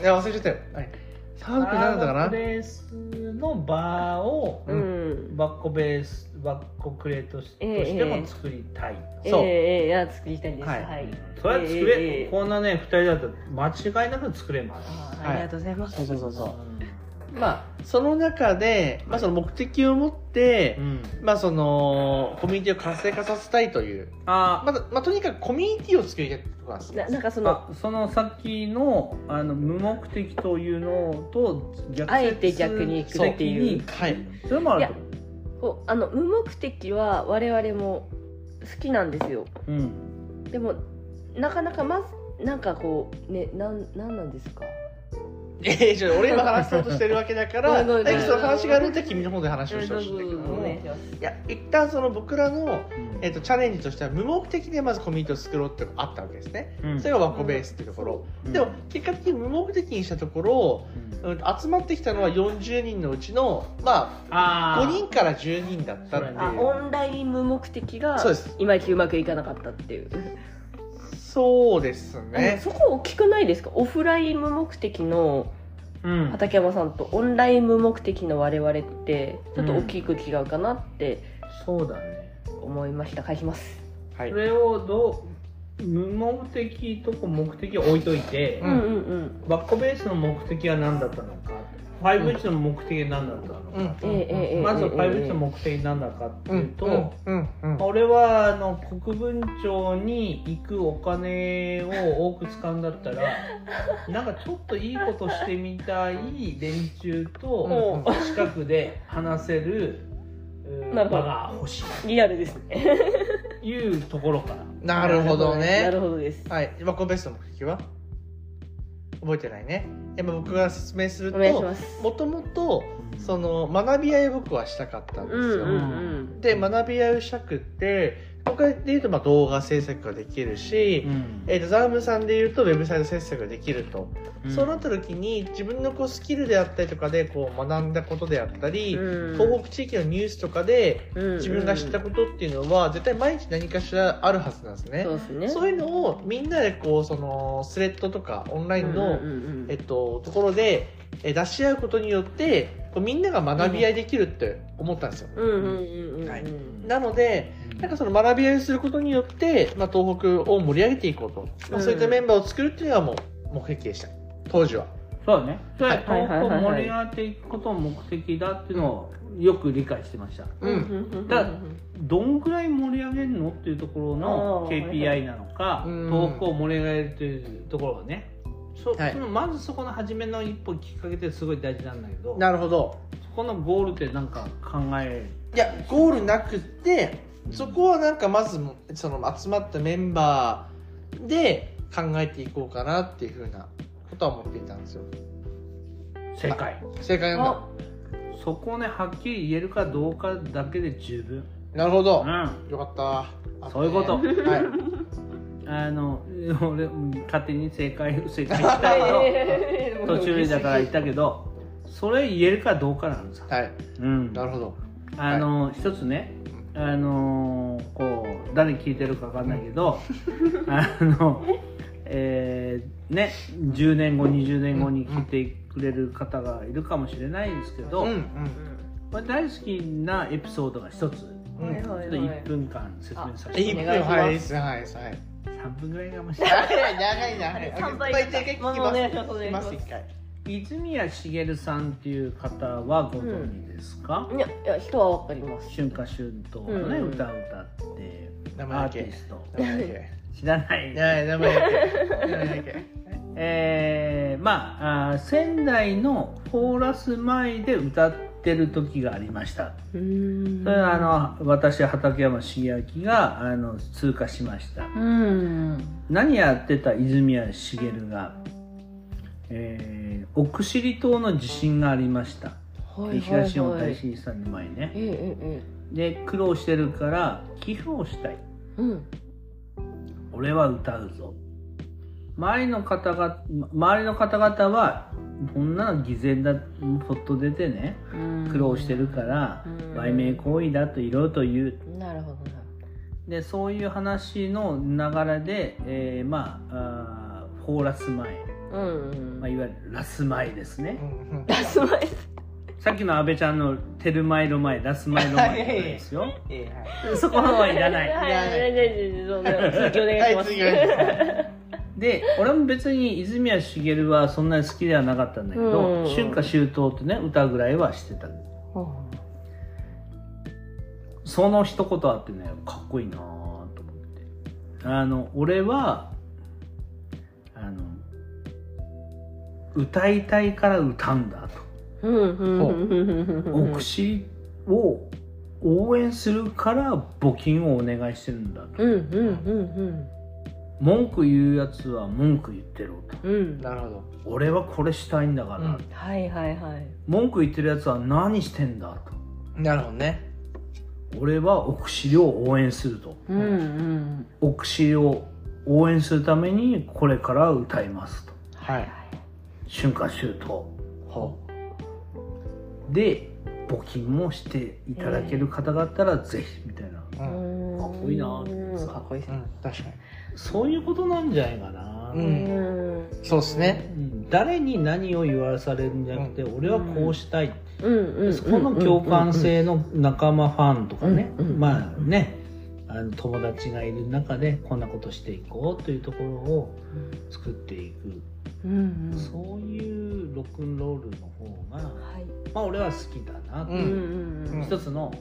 S1: いや忘れちゃったよ。はい。サードプレイ何だったか
S3: サードプ
S1: な。
S3: レイスのバーを
S1: う
S4: うんん、
S3: バッコベースバッコクレートとし,、
S4: ええ
S3: ても作りたい、
S4: え
S1: そう
S4: えええいや作りたいです
S1: は
S4: はいい、
S3: それは作れ、
S4: ええ
S3: こんなね2人だと間違いなく作れます
S4: あ
S1: はい
S4: ーありがとうございます、
S1: そうそうそうそう。
S3: う
S1: まあその中で、まあその目的を持って、
S3: ん、うん
S1: まあそのコミュニティを活性化させたいという、
S3: あ
S1: まだまあとにかくコミュニティを作りたいってことなんですね。
S4: ななんかその
S3: あその先のあの無目的というのと逆説
S4: あえて逆に行くっていう
S3: 的に
S1: はい。
S3: それもあると思
S4: こうあの無目的は我々も好きなんですよ
S3: う、うん、
S4: でもなかなかまずなんかこうねなんなんなんですか
S1: ええ、じゃあ俺今話そうとしてるわけだから、
S4: ごめんごめん
S1: えその話があるんで君の方で話をしてほしいんだけど
S4: お
S1: も、
S4: 願い
S1: い
S4: します
S1: や一旦その僕らのえっ
S3: と
S1: とチャレンジとしては無目的でまずコミュニティを作ろうってのがあったわけですね、それがワコベースっていうところ、でも結果的に無目的にしたところ、うん、集まってきたのは40人のうちのまあ
S3: あ
S1: 5人から10人だったっていう
S3: そ
S4: あオンライン無目的が
S1: そうです
S4: いまいちうまくいかなかったっていう
S1: そうです
S4: あの
S1: ね
S4: そこ大きくないですかオフライン無目的の
S3: うん
S4: 畠山さんとオンライン無目的の我々ってちょっと大きく違うかなって
S3: そうだね
S4: 思いました返します
S1: はい
S3: それをどう無目的とこ目的を置いといて、
S1: う
S4: うんんうんうん
S3: バッコベースの目的は何だったのか 5H の目的は何だったの
S1: うん
S3: か、
S4: ええええええ
S3: まず 5H の目的は何だかって
S1: う
S3: いうんと、
S1: うんうん
S3: 俺はあの国分町に行くお金を多く使うんだったらなんかちょっといいことしてみたい連中と近くで話せるうん
S4: な
S3: 場
S4: るほど
S3: が欲し
S4: リアルですね
S3: いいうところから
S1: なるほどね
S4: なるほどです
S1: はい、今コンベースの目的は覚えてないね。今僕が説明する
S4: お願いし
S1: と
S4: ま、す
S1: もともとその学び合いを僕はしたかったんです
S4: う
S1: よ。
S4: んうん
S1: で学び合いをしたくって、僕で言うとまあ動画制作ができるし、
S3: うん
S1: えーとザームさんで言うとウェブサイト制作ができると、そうなった時に自分のこうスキルであったりとかでこう学んだことであったり、
S4: うん
S1: 東北地域のニュースとかで
S4: うん
S1: 自分が知ったことっていうのは絶対毎日何かしらあるはずなんですね。
S4: そうですね
S1: そういうのをみんなでこうそのスレッドとかオンラインの、
S4: うんうんうん
S1: えっと、ところでえ出し合うことによってこうみんなが学び合いできるって思ったんですよ。
S4: うんうんうんうんうん
S1: はい
S3: ん
S1: なのでなんかその学び合いをすることによって、まあ、東北を盛り上げていこうと、まあ
S4: うん
S1: そういったメンバーを作るっていうのはもう目的でした当時は。
S3: そうだねそれは
S4: はいはいはいはい
S3: 東北を盛り上げていくことを目的だっていうのをよく理解してました
S1: うん
S4: うん
S3: だどんぐらい盛り上げるのっていうところの
S4: あー
S3: KPI なのか
S1: うん
S3: 東北を盛り上げるというところはねそ,、
S1: はい
S3: そのまずそこの初めの一歩きっかけってすごい大事なんだけど
S1: なるほど
S3: そこのゴールってなんか考え
S1: いやゴールなくってそこはなんかまずその集まったメンバーで考えていこうかなっていうふうなことは思っていたんですよ。
S3: 正解
S1: 正解なんだ
S4: あ
S3: そこをねはっきり言えるかどうかだけで十分
S1: なるほど
S3: う、ん
S1: よかった
S3: そういうこと
S1: はい、
S3: あの 俺うん勝手に正解正解した けど途中だから言ったけどそれ言えるかどうかなんさ、
S1: はい、
S3: うん、
S1: なるほど
S3: あの、一つね、あのこう誰聞いてるかわかんない けど、あの、えーね、10年後20年後に聞いてくれる方がいるかもしれないんですけど、
S1: うん
S3: まあ大好きなエピソードが一つ、ち
S1: うんうん
S3: ょっと1分間説明させ
S1: い
S3: て
S1: い
S3: も
S1: 分
S3: ら
S4: お
S1: はい
S4: 願いします
S1: いいっすねはいいいっすねはい
S3: 3分ぐらいかもしれない。
S1: 長い長い長い
S4: 乾杯
S1: いっぱい一回
S4: まあお願いしますお
S1: 聞
S4: 願
S1: き
S4: いし
S1: ま
S4: ますす
S1: 一回
S3: 泉谷茂さんっていう方はご存知ですか、
S4: いやいや人はわかります
S3: 春夏春冬のね、
S4: うん
S3: 歌を歌って
S1: 名
S3: ア
S1: 前だ
S3: ー
S1: け
S3: ティスト
S1: 名前だけ
S3: 知らない
S1: ね名前だけ名前だけ
S3: えーまああー仙台のフォーラス前で歌ってる時がありました、
S4: うーん
S3: それはあの私畠山茂明があの通過しました
S4: うん
S3: 何やってた泉谷茂が、えー奥尻島の地震がありました
S4: はいはいはい
S3: 東日本大震災の前ね
S4: えええ
S3: で苦労してるから寄付をしたい
S4: えうん
S3: 俺は歌うぞ周りの方が周りの方々はこんなの偽善だポッと出てね
S4: うん
S3: 苦労してるから
S4: うん
S3: 売名行為だといろいろと言う
S4: なるほどな
S3: でそういう話の流れで、えーまああーフォーラス前、
S4: うんうん
S3: まあ、いわゆるラス前ですね
S1: うん
S4: ラスマイ
S3: さっきの安倍ちゃんの「テルマイロ前ラスマイロ前」です よそこはいらない
S4: はいはいはいそんな続きお願いし
S1: は
S4: ま
S1: い
S4: す
S1: 次お願いします
S3: で俺も別に泉谷しげるはそんなに好きではなかったんだけ
S4: う
S3: ど
S4: ん
S3: 「春夏秋冬」ってね歌ぐらいはしてたその一言あってねかっこいいなぁと思ってあの俺はあの歌いたいから歌うんだ
S4: うんうんうん
S3: と、
S4: うん
S3: お口を応援するから募金をお願いしてるんだと、
S4: うんうん
S3: 文句言うやつは文句言ってろと
S4: うんうんうん
S1: なるほど
S3: 俺はこれしたいんだから、
S1: うん
S4: はいはいはい
S3: 文句言ってるやつは何してんだ
S1: なるほどね
S3: と俺はお口を応援すると
S4: うんうん
S3: お口を応援するためにこれから歌いますと
S1: はい
S3: 春夏秋冬
S1: ほ
S3: で募金もしていただける方があったらぜひみたいな
S1: うう
S4: うんん
S3: かっこいいなぁ
S4: うんかっこいいです
S1: う
S4: ね
S1: ん確かに
S3: そういうことなんじゃないかな、
S1: う
S4: うんん
S1: そうですね
S3: うん誰に何を言わされるんじゃなくて、俺はこうしたい、
S4: うんうん
S3: そこの共感性の仲間ファンとかね、
S4: うんうん
S3: まあねあの友達がいる中でこんなことしていこうというところを作っていく、
S4: うんうん
S3: そういうロックンロールの方が
S4: はい
S3: まあ俺は好きだなと
S1: う
S4: うんんうんうん
S3: 一つの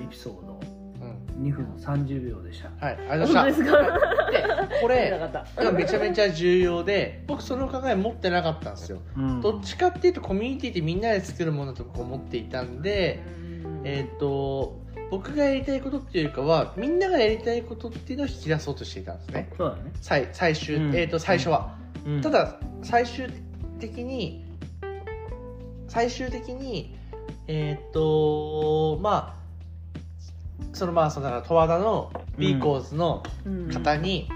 S3: エピソード
S1: うん
S3: 2分30秒でした
S1: はいありがとうござ
S4: 本当
S1: いまし
S4: ですか
S1: たで こ
S4: なか
S1: れ
S4: った
S1: めちゃめちゃ重要で僕その考え持ってなかったんですよ
S3: うん
S1: どっちかっていうとコミュニティってみんなで作るものだと僕思っていたんでえっ、と僕がやりたいことっていうかはみんながやりたいことっていうのを引き出そうとしていたんですね
S3: そうだね
S1: 最最終、
S3: うん
S1: えっ、と最初は、
S3: うん
S1: ただ最終的に最終的にえーっとまあそのまあそのだから十和田の
S3: うん
S1: B コーズの方に、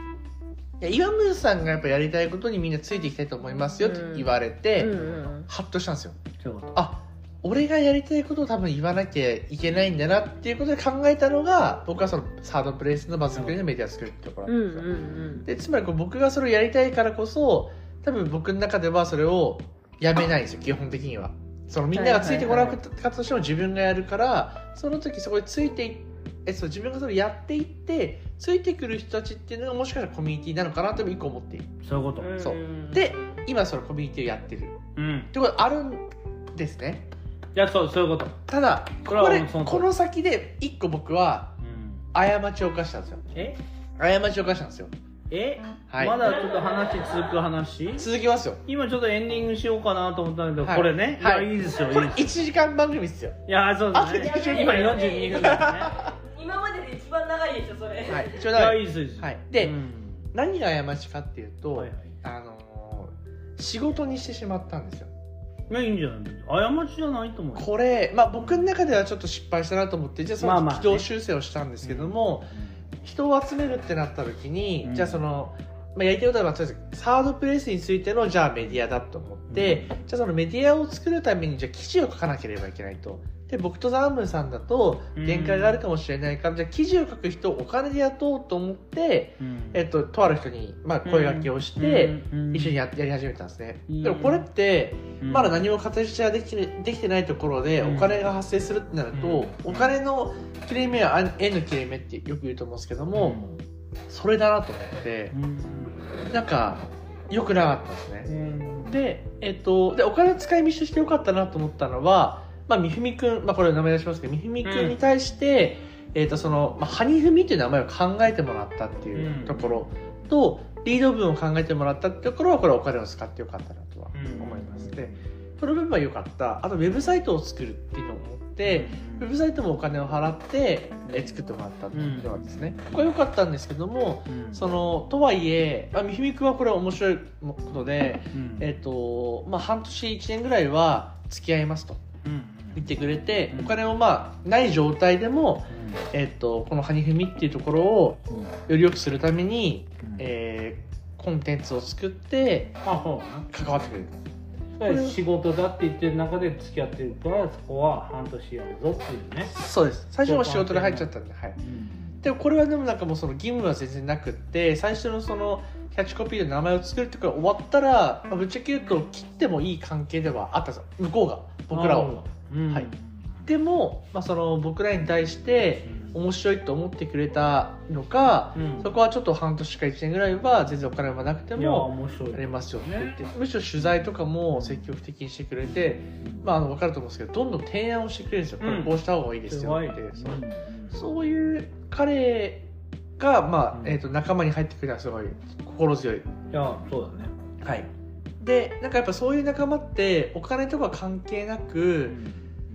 S1: いや岩村さんがやっぱやりたいことにみんなついていきたいと思いますよって言われて、
S4: うんうん
S1: ハッとしたんですよ
S3: そういうこと
S1: あ俺がやりたいことを多分言わなきゃいけないんだなっていうことで考えたのが僕はそのサードプレイスのバズ作りのメディア作るってところ
S4: う
S1: なん
S4: ん
S1: ですよ、
S4: うん
S1: でつまりこう僕がそれをやりたいからこそ多分僕の中ではそれをやめないんですよ基本的にはそのみんながついてこなかったとしても自分がやるからその時そこについていえそう自分がそれをやっていってついてくる人たちっていうのがもしかしたらコミュニティなのかなと一個思っている
S3: そういうこと
S4: うん
S1: そうんで今そのコミュニティをやってる
S3: うん
S1: ってことあるんですね
S3: いやそうそういうこと
S1: ただ
S3: こ
S1: こ
S3: れは
S1: れ
S3: その通り
S1: この先で一個僕は
S3: うん
S1: 過ちを犯したんですよ
S3: え
S1: 過ちを犯したんですよ
S3: え
S1: はい
S3: まだちょっと話続く話
S1: 続きますよ
S3: 今ちょっとエンディングしようかなと思ったんだけど、
S1: はい
S3: これね、
S1: はい
S3: い、やいいですよいい
S1: これ
S3: です
S1: 1
S3: よ
S1: 時間番組ですよ
S3: いやそうだね
S1: あいやいやいや
S3: 今42分だ
S4: 今までで一番長いでしょそれ
S1: はい一応
S3: ねい
S1: だから
S3: やいいですよいいですよ
S1: はいで
S3: うん
S1: 何が過ちかっていうと、
S3: はいはい
S1: あのー仕事にしてしまったんですよ
S3: いやいいんじゃない過ちじゃないと思うよ
S1: これ、まあ、僕の中ではちょっと失敗したなと思ってじゃあそ
S3: まあ
S1: の
S3: まあね
S1: 軌道修正をしたんですけども、人を集めるってなった時に、
S3: うん
S1: じゃあその、まあ、やりたいことはとりあえずサードプレイスについてのじゃあメディアだと思って、じゃあそのメディアを作るためにじゃあ記事を書かなければいけないと。で僕とザームンさんだと限界があるかもしれないから、じゃあ記事を書く人をお金で雇おうと思って、
S3: うん
S1: えっと、とある人に、まあ、声掛けをして、
S3: うん
S1: 一緒にややり始めたんですね、
S3: うん
S1: でもこれって
S3: うん
S1: まだ何も形ができてできてないところで
S3: うん
S1: お金が発生するってなると、
S3: うん
S1: お金の切れ目はあ円の切れ目ってよく言うと思うんですけども、それだなと思って
S3: うん
S1: なんか良くなかったですね、
S3: うん
S1: で,、えっとでお金の使い道として良かったなと思ったのは、まあ、みふみくん、まあ、これ名前出しますけどみふみくんに対して、えっとそのまあ、ハニフミという名前を考えてもらったっていうところと、リード文を考えてもらったってところはこれはお金を使って良かったなとは思います、でその部分は良かったあとウェブサイトを作るっていうのを思って、ウェブサイトもお金を払って、え作ってもらったっていうのはですね、これ良かったんですけども
S3: うん
S1: そのとはいえ、まあ、みひみくんはこれは面白いことで、
S3: うん
S1: えっとまあ、半年1年ぐらいは付き合いますと
S3: うん
S1: 見てくれて、
S3: うん
S1: お金もまあない状態でも、えっとこの「ハニフミ」っていうところをより良くするために、えーコンテンツを作って
S3: まあそうな
S1: 関わってくれる
S3: それ仕事だって言ってる中で付き合ってるからそこは半年やるぞっていうね、
S1: そうです最初は仕事で入っちゃったんではいでもこれはでもなんかもうその義務は全然なくって最初のそのキャッチコピーの名前を作るとこが終わったら、まあぶっちゃけ言うと切ってもいい関係ではあったんですよ向こうが僕らを。、
S3: うん、
S1: はいでも、まあ、その僕らに対して面白いと思ってくれたのか
S3: うん、
S1: そこはちょっと半年か1年ぐらいは全然お金はなくて
S3: いや
S1: も
S3: 面白い
S1: やれますよって言ってむしろ取材とかも積極的にしてくれて、まあ、あの分かると思うんですけどどんどん提案をしてくれるんですよ、こ
S3: う
S1: れ
S3: ん
S1: こうした方がいいですよって
S3: うん
S1: そうそういう彼が、まあ
S3: うん
S1: えー、と仲間に入ってくれたらすごい心強い。
S3: いやそうだね、
S1: はい、でなんかやっぱそういう仲間ってお金とか関係な
S3: う
S1: く、
S3: ん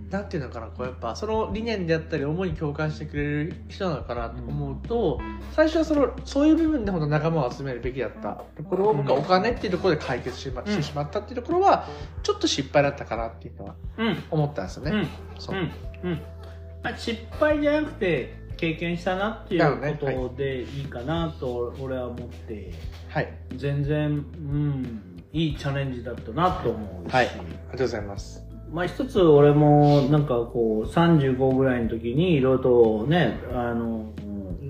S1: なんていうのかなこうやっぱその理念であったり思いに共感してくれる人なのかなと思うと、最初はそのそういう部分で本当仲間を集めるべきだったところを僕は
S3: うん
S1: お金っていうところで解決してしま,、
S3: うん
S1: してしまったっていうところはちょっと失敗だったかなっていうのは
S3: うん
S1: 思ったんですよね。
S3: うん
S1: そう
S3: うんうんまあ、失敗じゃなくて経験したなってい
S1: だよね
S3: うことでいいかなと俺は思って
S1: はい
S3: 全然、うん、いいチャレンジだったなと思うし、
S1: はいありがとうございます。
S3: まあ、一つ俺もなんかこう35ぐらいの時にいろいろとねあの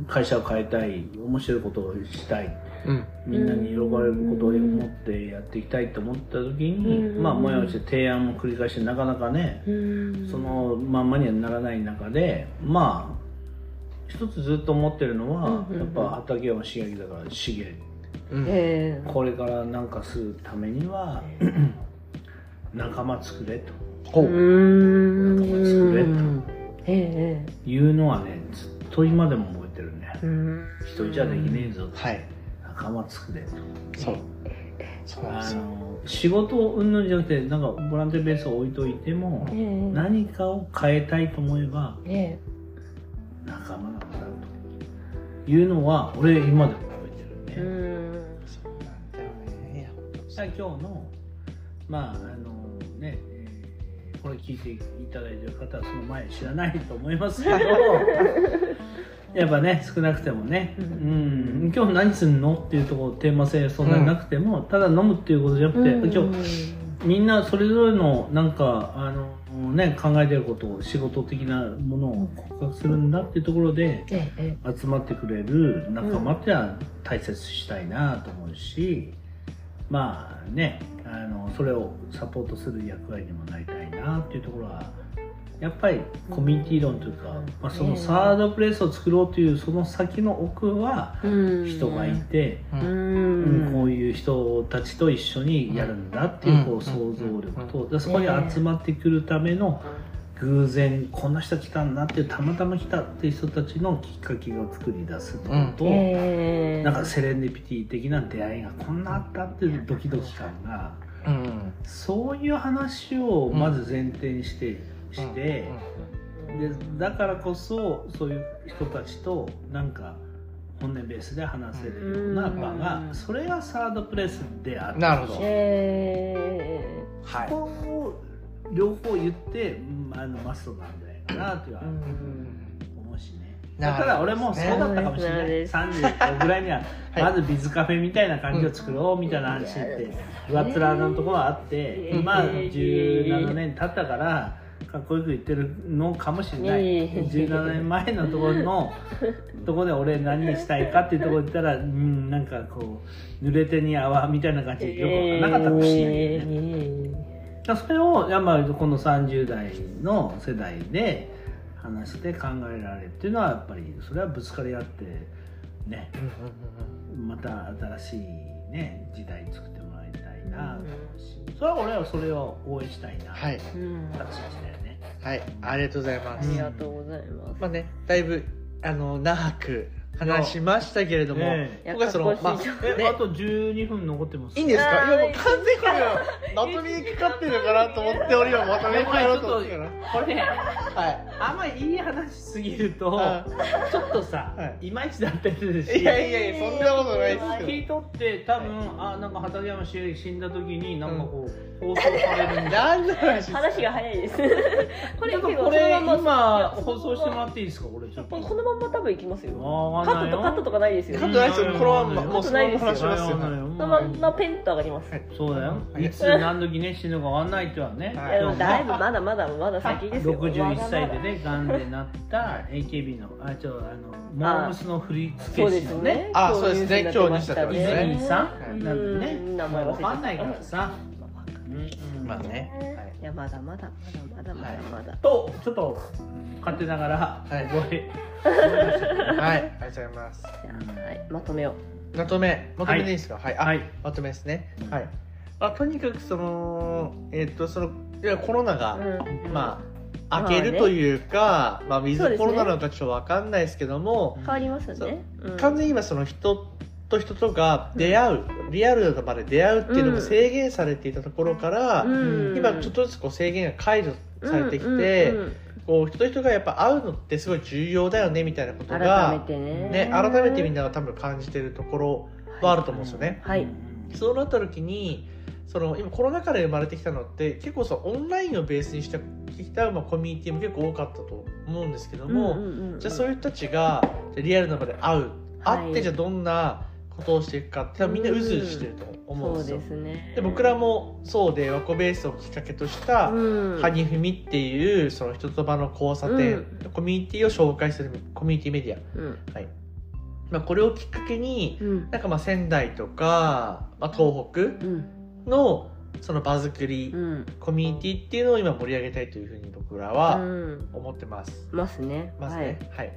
S3: 会社を変えたい面白いことをしたい
S1: うん、
S3: みんなに喜ばれることを思ってやっていきたいと思った時に
S2: うん
S3: まあもやもやして提案も繰り返してなかなかね
S2: うん
S3: そのまんまにはならない中でまあ一つずっと思ってるのは
S2: うんうんうん
S3: やっぱ畑山茂樹だから茂
S1: うん
S4: え
S3: これからなんかするためには 仲間作れと
S1: ほ
S4: え
S1: う
S4: うん
S3: 仲間作れと
S4: え
S3: いうのはねずっと今でも覚えてるね
S4: えうん
S3: 一人じゃできねえぞと
S1: はい
S3: 仲間作れと
S1: そうそうなんで
S3: あ
S1: すよ
S3: の仕事をうんぬんじゃなくてなんかボランティアベースを置いといても
S4: ええ
S3: 何かを変えたいと思えば
S4: ええ
S3: 仲間なんだというのは俺今でも覚えて
S4: う
S3: るね、
S4: ん
S1: そうなんだよねいや本当に
S3: さあ今日のまああのね、えーこれ聞いていただいてる方はその前知らないと思います けどやっぱね少なくてもね、う
S4: うん
S3: ん、今日何すんのっていうところテーマ性そんなになくても、ただ飲むっていうことじゃなくて、今日みんなそれぞれのなんかあの、ね、考えてることを仕事的なものを告白するんだっていうところで。
S4: えええ
S3: 集まってくれる仲間ってのは大切にしたいなと思うし、まあねあのそれをサポートする役割にもなりたいなっていうところはやっぱりコミュニティ論というか、まあ、そのサードプレイスを作ろうというその先の奥は
S4: えうん
S3: 人がいて、
S1: う
S4: うん
S3: うん
S4: ん
S3: こういう人たちと一緒にやるんだっていうこ
S1: うん
S3: う想像力と、
S1: う
S3: でそこに集まってくるための偶然こんな人来たんだっていうたまたま来たっていう人たちのきっかけを作り出すとこと、
S4: ええ
S3: なんかセレンディピティ的な出会いがこんなあったっていうドキドキ感が
S1: うん
S3: そういう話をまず前提にして、して。でだからこそそういう人たちとなんか本音ベースで話せるような場
S4: う
S3: が
S4: ん
S3: それがサードプレイスである
S1: なるほど
S4: え
S1: はい
S3: ここを両方言って、うんあのマストなんじゃないかなというのは思うしねだから俺もそうだったかもしれない、
S4: なるほ
S3: 35ぐらいには
S1: はい
S3: まずビズカフェみたいな感じを作ろうみたいな話って上っ面のところはあって
S1: うん
S3: 今17年経ったからかっこよく言ってるのかもしれない
S4: いえいえ
S3: 17年前のところのところで俺何したいかっていうところで言ったらうんなんかこう濡れてに泡みたいな感じでよく分からなかったかもしれないよね。だからそれをやっぱりこの30代の世代で話して考えられるっていうのはやっぱりそれはぶつかり合ってねまた新しいね時代作ってもらいたいなと思うし、それは俺はそれを応援したいな
S1: はい
S4: うん
S3: 形でしたよね。
S1: はいありがとうございま
S4: あ
S1: す
S4: りがとうございます
S1: まあねだいぶあの長く話しましたけれども、
S3: え
S4: や
S1: 今回その、ま
S4: かっ
S1: あ
S4: こいいじゃん、
S3: え
S1: ね
S3: あと12分残ってます
S1: いいんですか
S4: あー
S1: いやもう完全にこれはまとめにかかってるのかなと思って俺今まとめに帰ろうと思ってるから
S3: これね
S1: は
S3: あんまいい話すぎるとちょっとさ、、
S1: はい
S3: まいちだったりする
S1: い、い
S3: し
S1: やいやいやそんなことないですけ
S3: 聞
S1: ど
S3: いとって多分、あなんか畠山茂樹死んだ時になんかこう、放送されるみたい
S1: 何の話
S4: 話が早い です これ
S3: な
S4: 結
S3: これ
S4: 構
S3: これ
S4: そのまんま
S3: 今放送してもらっていいですかこれちょっと
S4: このまんま多分いきますよ
S3: あ
S4: カットとカットとかないですよ
S1: カ
S4: そ
S1: ットないですよこのまんまもうそのまま話しますよ
S3: ないよ
S4: のまんまペンと上がります、
S1: はい
S3: そうだよ、
S1: はい
S3: い、つ何時ね死ぬかわかんないってはね、
S1: はい
S4: いやでもだいぶ
S3: ま
S4: まだまだまだ先ですよ
S3: 61歳でね癌でなった AKB のあちょあのモームスの振り付
S4: そう
S3: け
S4: で
S3: 師
S4: す
S3: の
S4: よ
S3: ね
S4: ね
S1: あそうですね
S4: ニュースになってました
S1: 今日ニュースになってましたね
S3: 泉さ
S1: はい
S3: んなんでね、
S4: うん名前忘れちゃ
S3: わ
S4: った
S3: かんないからさ、うんうん
S1: まあね
S4: ねいやまだまだまだまだまだまだ、
S3: とちょっと勝手ながら
S1: はい
S3: 覚え
S1: はいありがとうございます
S4: じゃあはいまとめよ
S1: まとめまとめでいいですかはい、あ
S3: はい
S1: まとめですねはいあとにかくそのえっとそのいやコロナ
S4: う、
S1: が、
S4: うん
S1: ま
S4: う
S1: あ
S4: ん
S1: 開けるというか、まあ、水
S4: そうです
S1: コ
S4: ね
S1: ロナなのかちょっとわかんないですけども、
S4: 変わりますよね、うん
S1: 完全に今その人と人とが出会う、リアルな場で出会うっていうの
S4: う
S1: も
S4: ん
S1: 制限されていたところから、
S4: うん
S1: 今ちょっとずつこう制限が解除されてきて、
S4: うんうんうん
S1: こう人と人がやっぱ会うのってすごい重要だよねみたいなこと
S4: 改め
S1: が
S4: てね
S1: ね、改めてみんなが多分感じてるところはあると思うんですよね。
S4: はい
S1: そうなった時にその今コロナ禍で生まれてきたのって結構そのオンラインをベースにしたたまあコミュニティも結構多かったと思うんですけども、
S4: うんうんうん
S1: じゃあそういう人たちがじゃあリアルな場で会う
S4: はい
S1: 会ってじゃあどんなことをしていくかって多分みんなうずうずしてると思うんですよ
S4: そう。ですね
S1: で僕らもそうで和子ベースをきっかけとした
S4: うん
S1: ハニフミっていうその人と場の交差点、コミュニティを紹介するコミュニティメディ
S4: うん
S1: ア、はいまあ、これをきっかけに
S4: うん
S1: なんかまあ仙台とか、まあ、東北
S4: うん
S1: のその場作り、
S4: うん
S1: コミュニティっていうのを今盛り上げたいというふうに僕ら
S4: う
S1: は
S4: ん
S1: 思ってます。
S4: ますね
S1: ますねはい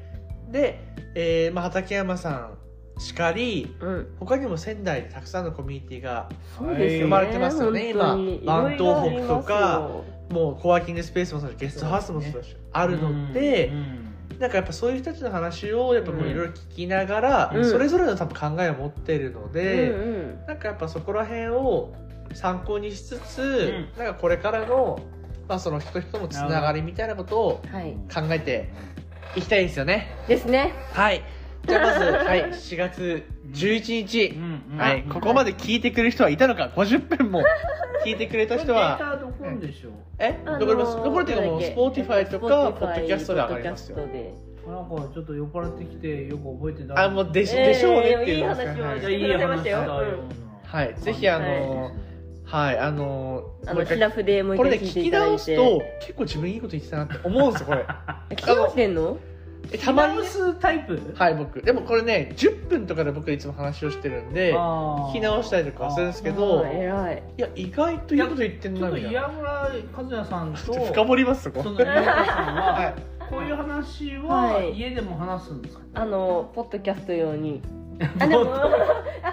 S1: で、えーまあ、畠山さんしかり
S4: はい、うん
S1: 他にも仙台でたくさんのコミュニティが
S4: そうですよね
S1: 生まれてますよね
S4: 本当に
S1: 今
S4: いろいろあります
S1: 番東
S4: よ
S1: 北とかもうコワーキングスペースもそうだしゲストハウスもそうだしあるので、なんかやっぱそういう人たちの話をやっぱもういろいろ聞きながら、
S4: うん
S1: それぞれの多分考えを持ってるの
S4: うん
S1: で、
S4: うん
S1: なんかやっぱそこら辺を参考にしつつ、
S3: う
S1: なんかこれからの,、まあその人と人のつながりみたいなことを
S4: はい
S1: 考えていきたいですよね。
S4: ですね
S1: はい。じゃあま ず、はい、7月11日、はい、ここまで聞いてくれる人はいたのか、50分も聞いてくれた人は、
S3: どこんでしょう
S1: え、
S4: あのー
S1: 残ります。残るっていうかもう、スポーティファイとか、ポッドキャストで上がります
S4: ポッ
S1: よ。
S4: ドキャス
S3: なんかちょっと酔っ払ってきてよく覚えてない
S1: あ、もうでし,、
S4: えー
S1: でしょうねっていうの
S4: いい話を
S1: はい
S3: いやいい話だよ
S1: はい、ぜひあの
S4: は
S1: はい、あの
S4: トであのシラフでもう一
S1: これ
S4: 回
S1: ね
S4: 聞い
S1: 聞
S4: て
S1: き
S4: いただい
S1: 直
S4: て
S1: すと結構自分いいこと言ってたなって思うんですよこ れ
S4: 聞き直してんの
S1: えた
S3: た
S1: ま
S3: ま
S1: に
S3: に
S1: ね
S3: すタイプ
S1: はい僕でもこれね10分とかで僕いつも話をしてるんで聞
S3: 聞
S1: き直したりとかはするんですけど
S4: あー偉い
S1: いや意外といいこと言ってん
S3: ちょ
S1: な
S3: っと
S1: みたいな
S3: 岩村和也さん
S1: ち
S3: と
S1: ょっと深掘りますそこ
S3: その岩村さん
S1: は
S3: はいこういう話
S4: は
S3: はい家でも話すんですか
S4: あのポッドキャスト用にあでも
S3: ポッド
S4: あ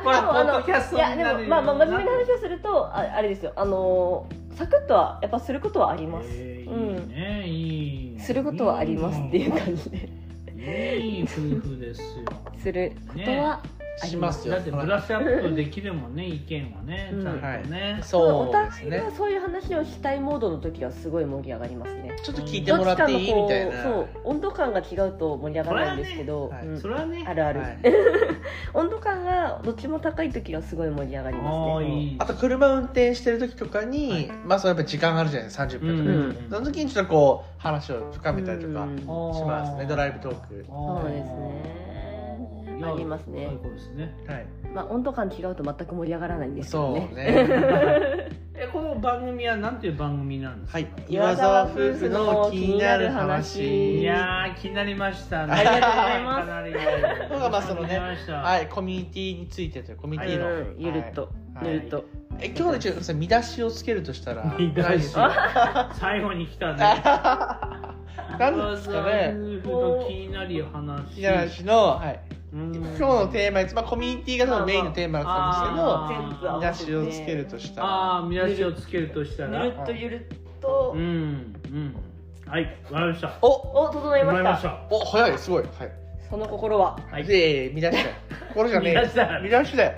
S3: ほら
S4: でもあの
S3: ポッドキャスト
S4: い
S3: にな
S4: や
S3: る
S4: で
S3: よ
S4: もまあまあ真面目な話をするとああれですよあのサクッとはやっぱすることはあります、
S3: えー
S4: うん
S3: いいねいい
S4: することはありますっていう感じで
S3: いい夫婦ですよ
S4: することはあり
S1: し
S4: ま
S1: ますすよ
S3: だってブラッシュアップできるもんね意見はね
S4: うん
S3: ちゃんとね
S1: そう
S4: お
S1: です
S4: 互い
S1: ね
S4: がそういう話をしたいモードの時はすごい盛り上がりますね
S1: ちょっと聞いてもらっていいみたいな
S4: そう温度感が違うと盛り上がらないんですけど、
S1: これはね
S4: うん
S3: それはね
S4: あるある、
S1: はい
S4: 温度感がどっちも高い時はすごい盛り上がります
S3: あー
S4: ね
S3: いい
S1: あと車運転してる時とかに、
S3: はい
S1: まあそのやっぱ時間あるじゃないですか30分とか、
S4: うん
S1: その時にちょっとこう話を深めたりとか
S4: うん
S1: し
S3: あー
S1: ますね、ドライブトーク
S3: あー
S4: そうですね
S3: いや
S4: ありますね
S3: 最高ですね
S1: はい
S4: まあ温度感違うと全く盛り上がらないんですけど
S1: そう
S4: ね
S1: ね
S3: えこの番組はなんていう番組なんですか、
S1: はい岩沢夫婦の気になる話
S3: いやー気になりましたね
S4: ありがとうございます
S3: かなりね
S1: 僕はまあそのね
S3: 気になりました
S1: はい、コミュニティについてというコミュニティの、
S4: うんゆるっと、
S1: はい
S4: ゆるっと、
S1: え今日でちょっと見出しをつけるとしたら
S3: 見出し
S1: 何にする
S3: 最後に 来たね
S1: 何ですかね
S3: 夫婦の気になる話
S1: 気になる話の、はい、
S3: うん
S1: 今日のテーマまあ、コミュニティが多分メインのテーマだったんですけど、
S4: 全部
S3: あー
S4: 合
S1: 見出
S4: わせて
S1: しをつけるとしたら
S3: ああ見出しをつけるとした
S4: ゆ
S3: ら
S4: るっとゆるっと、
S3: うんうんはいわかりました
S1: お
S4: お整いました
S3: た
S1: お早いすごいはい
S4: その心は
S3: はい
S1: いやいや見出しだよ心じゃねえよ
S3: 見出しだ
S1: 見出しだよ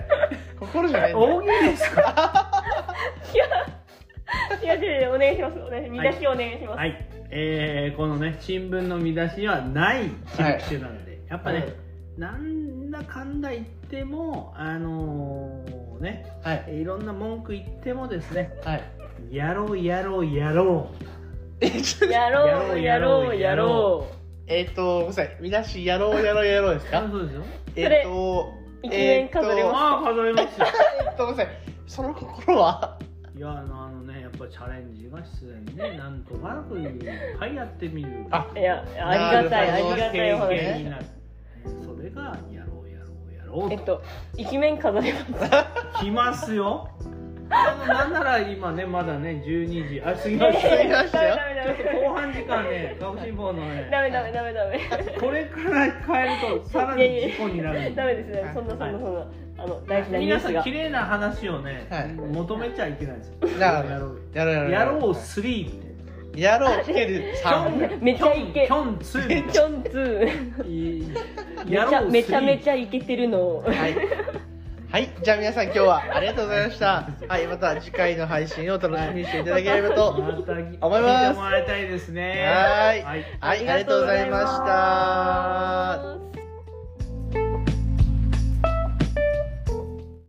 S1: 心じゃねえんだよ
S3: 大喜利ですか
S4: いや違うお願いしますお願い見出しをお願いします、
S3: はい、えー、このね新聞の見出しにはない記録集なんで、やっぱね、なんだかんだ言ってもあのーね
S1: はい
S3: いろんな文句言ってもですね
S1: はい
S3: やろうやろうやろ
S1: えちょっと
S4: やろうやろうやろ
S1: えっとごめんなさい見出しやろうやろうやろうです
S3: う
S1: か
S3: そうですよ
S1: えっと
S4: 一面飾れま
S3: まあ数えますよ
S1: えっとごめんなさいその心はい
S3: やあのあのねやっぱチャレンジが必然ねなんとかくいっぱいやってみる
S1: あ
S4: ういやありがたい
S1: な
S4: あ
S1: るほど
S4: りがたいお
S1: 経
S4: 話
S1: 験
S3: になるそれがやろうやろうやろう
S4: えっと一面飾れます
S3: 来ますよ。あのなんなら今ねまだね12時あ過ぎました
S1: やい
S3: ね。
S1: やいや
S4: ダメ
S3: ちょっと後半時間ねガオシンボのね
S4: ダメダメダメダメダメ
S3: これから帰るとさらに事故になるんで
S4: ダメですねそんなそんなそんなあの大事なニュ
S3: 皆
S4: ー
S3: さ
S4: ス
S3: ん
S4: が
S3: 綺麗な話をね、
S1: はい
S3: 求めちゃいけないんですよ。
S1: なるほど
S3: やろう
S1: やろうやろう
S3: やろう3って。
S1: やろうつける3
S4: めちゃイケ
S3: キョンキョン
S4: ちょんつ
S3: 2。
S4: めち
S3: や
S4: ゃ
S3: ろう3。
S4: めちゃめちゃイケてるの
S1: はいはいじゃあ皆さん今日はありがとうございましたはいまた次回の配信を楽しみにしていただければと
S3: また聞いても
S1: 思います
S3: らいたいですね。
S1: はーい
S3: はい
S1: はいありがとうございました
S4: ありがとうございます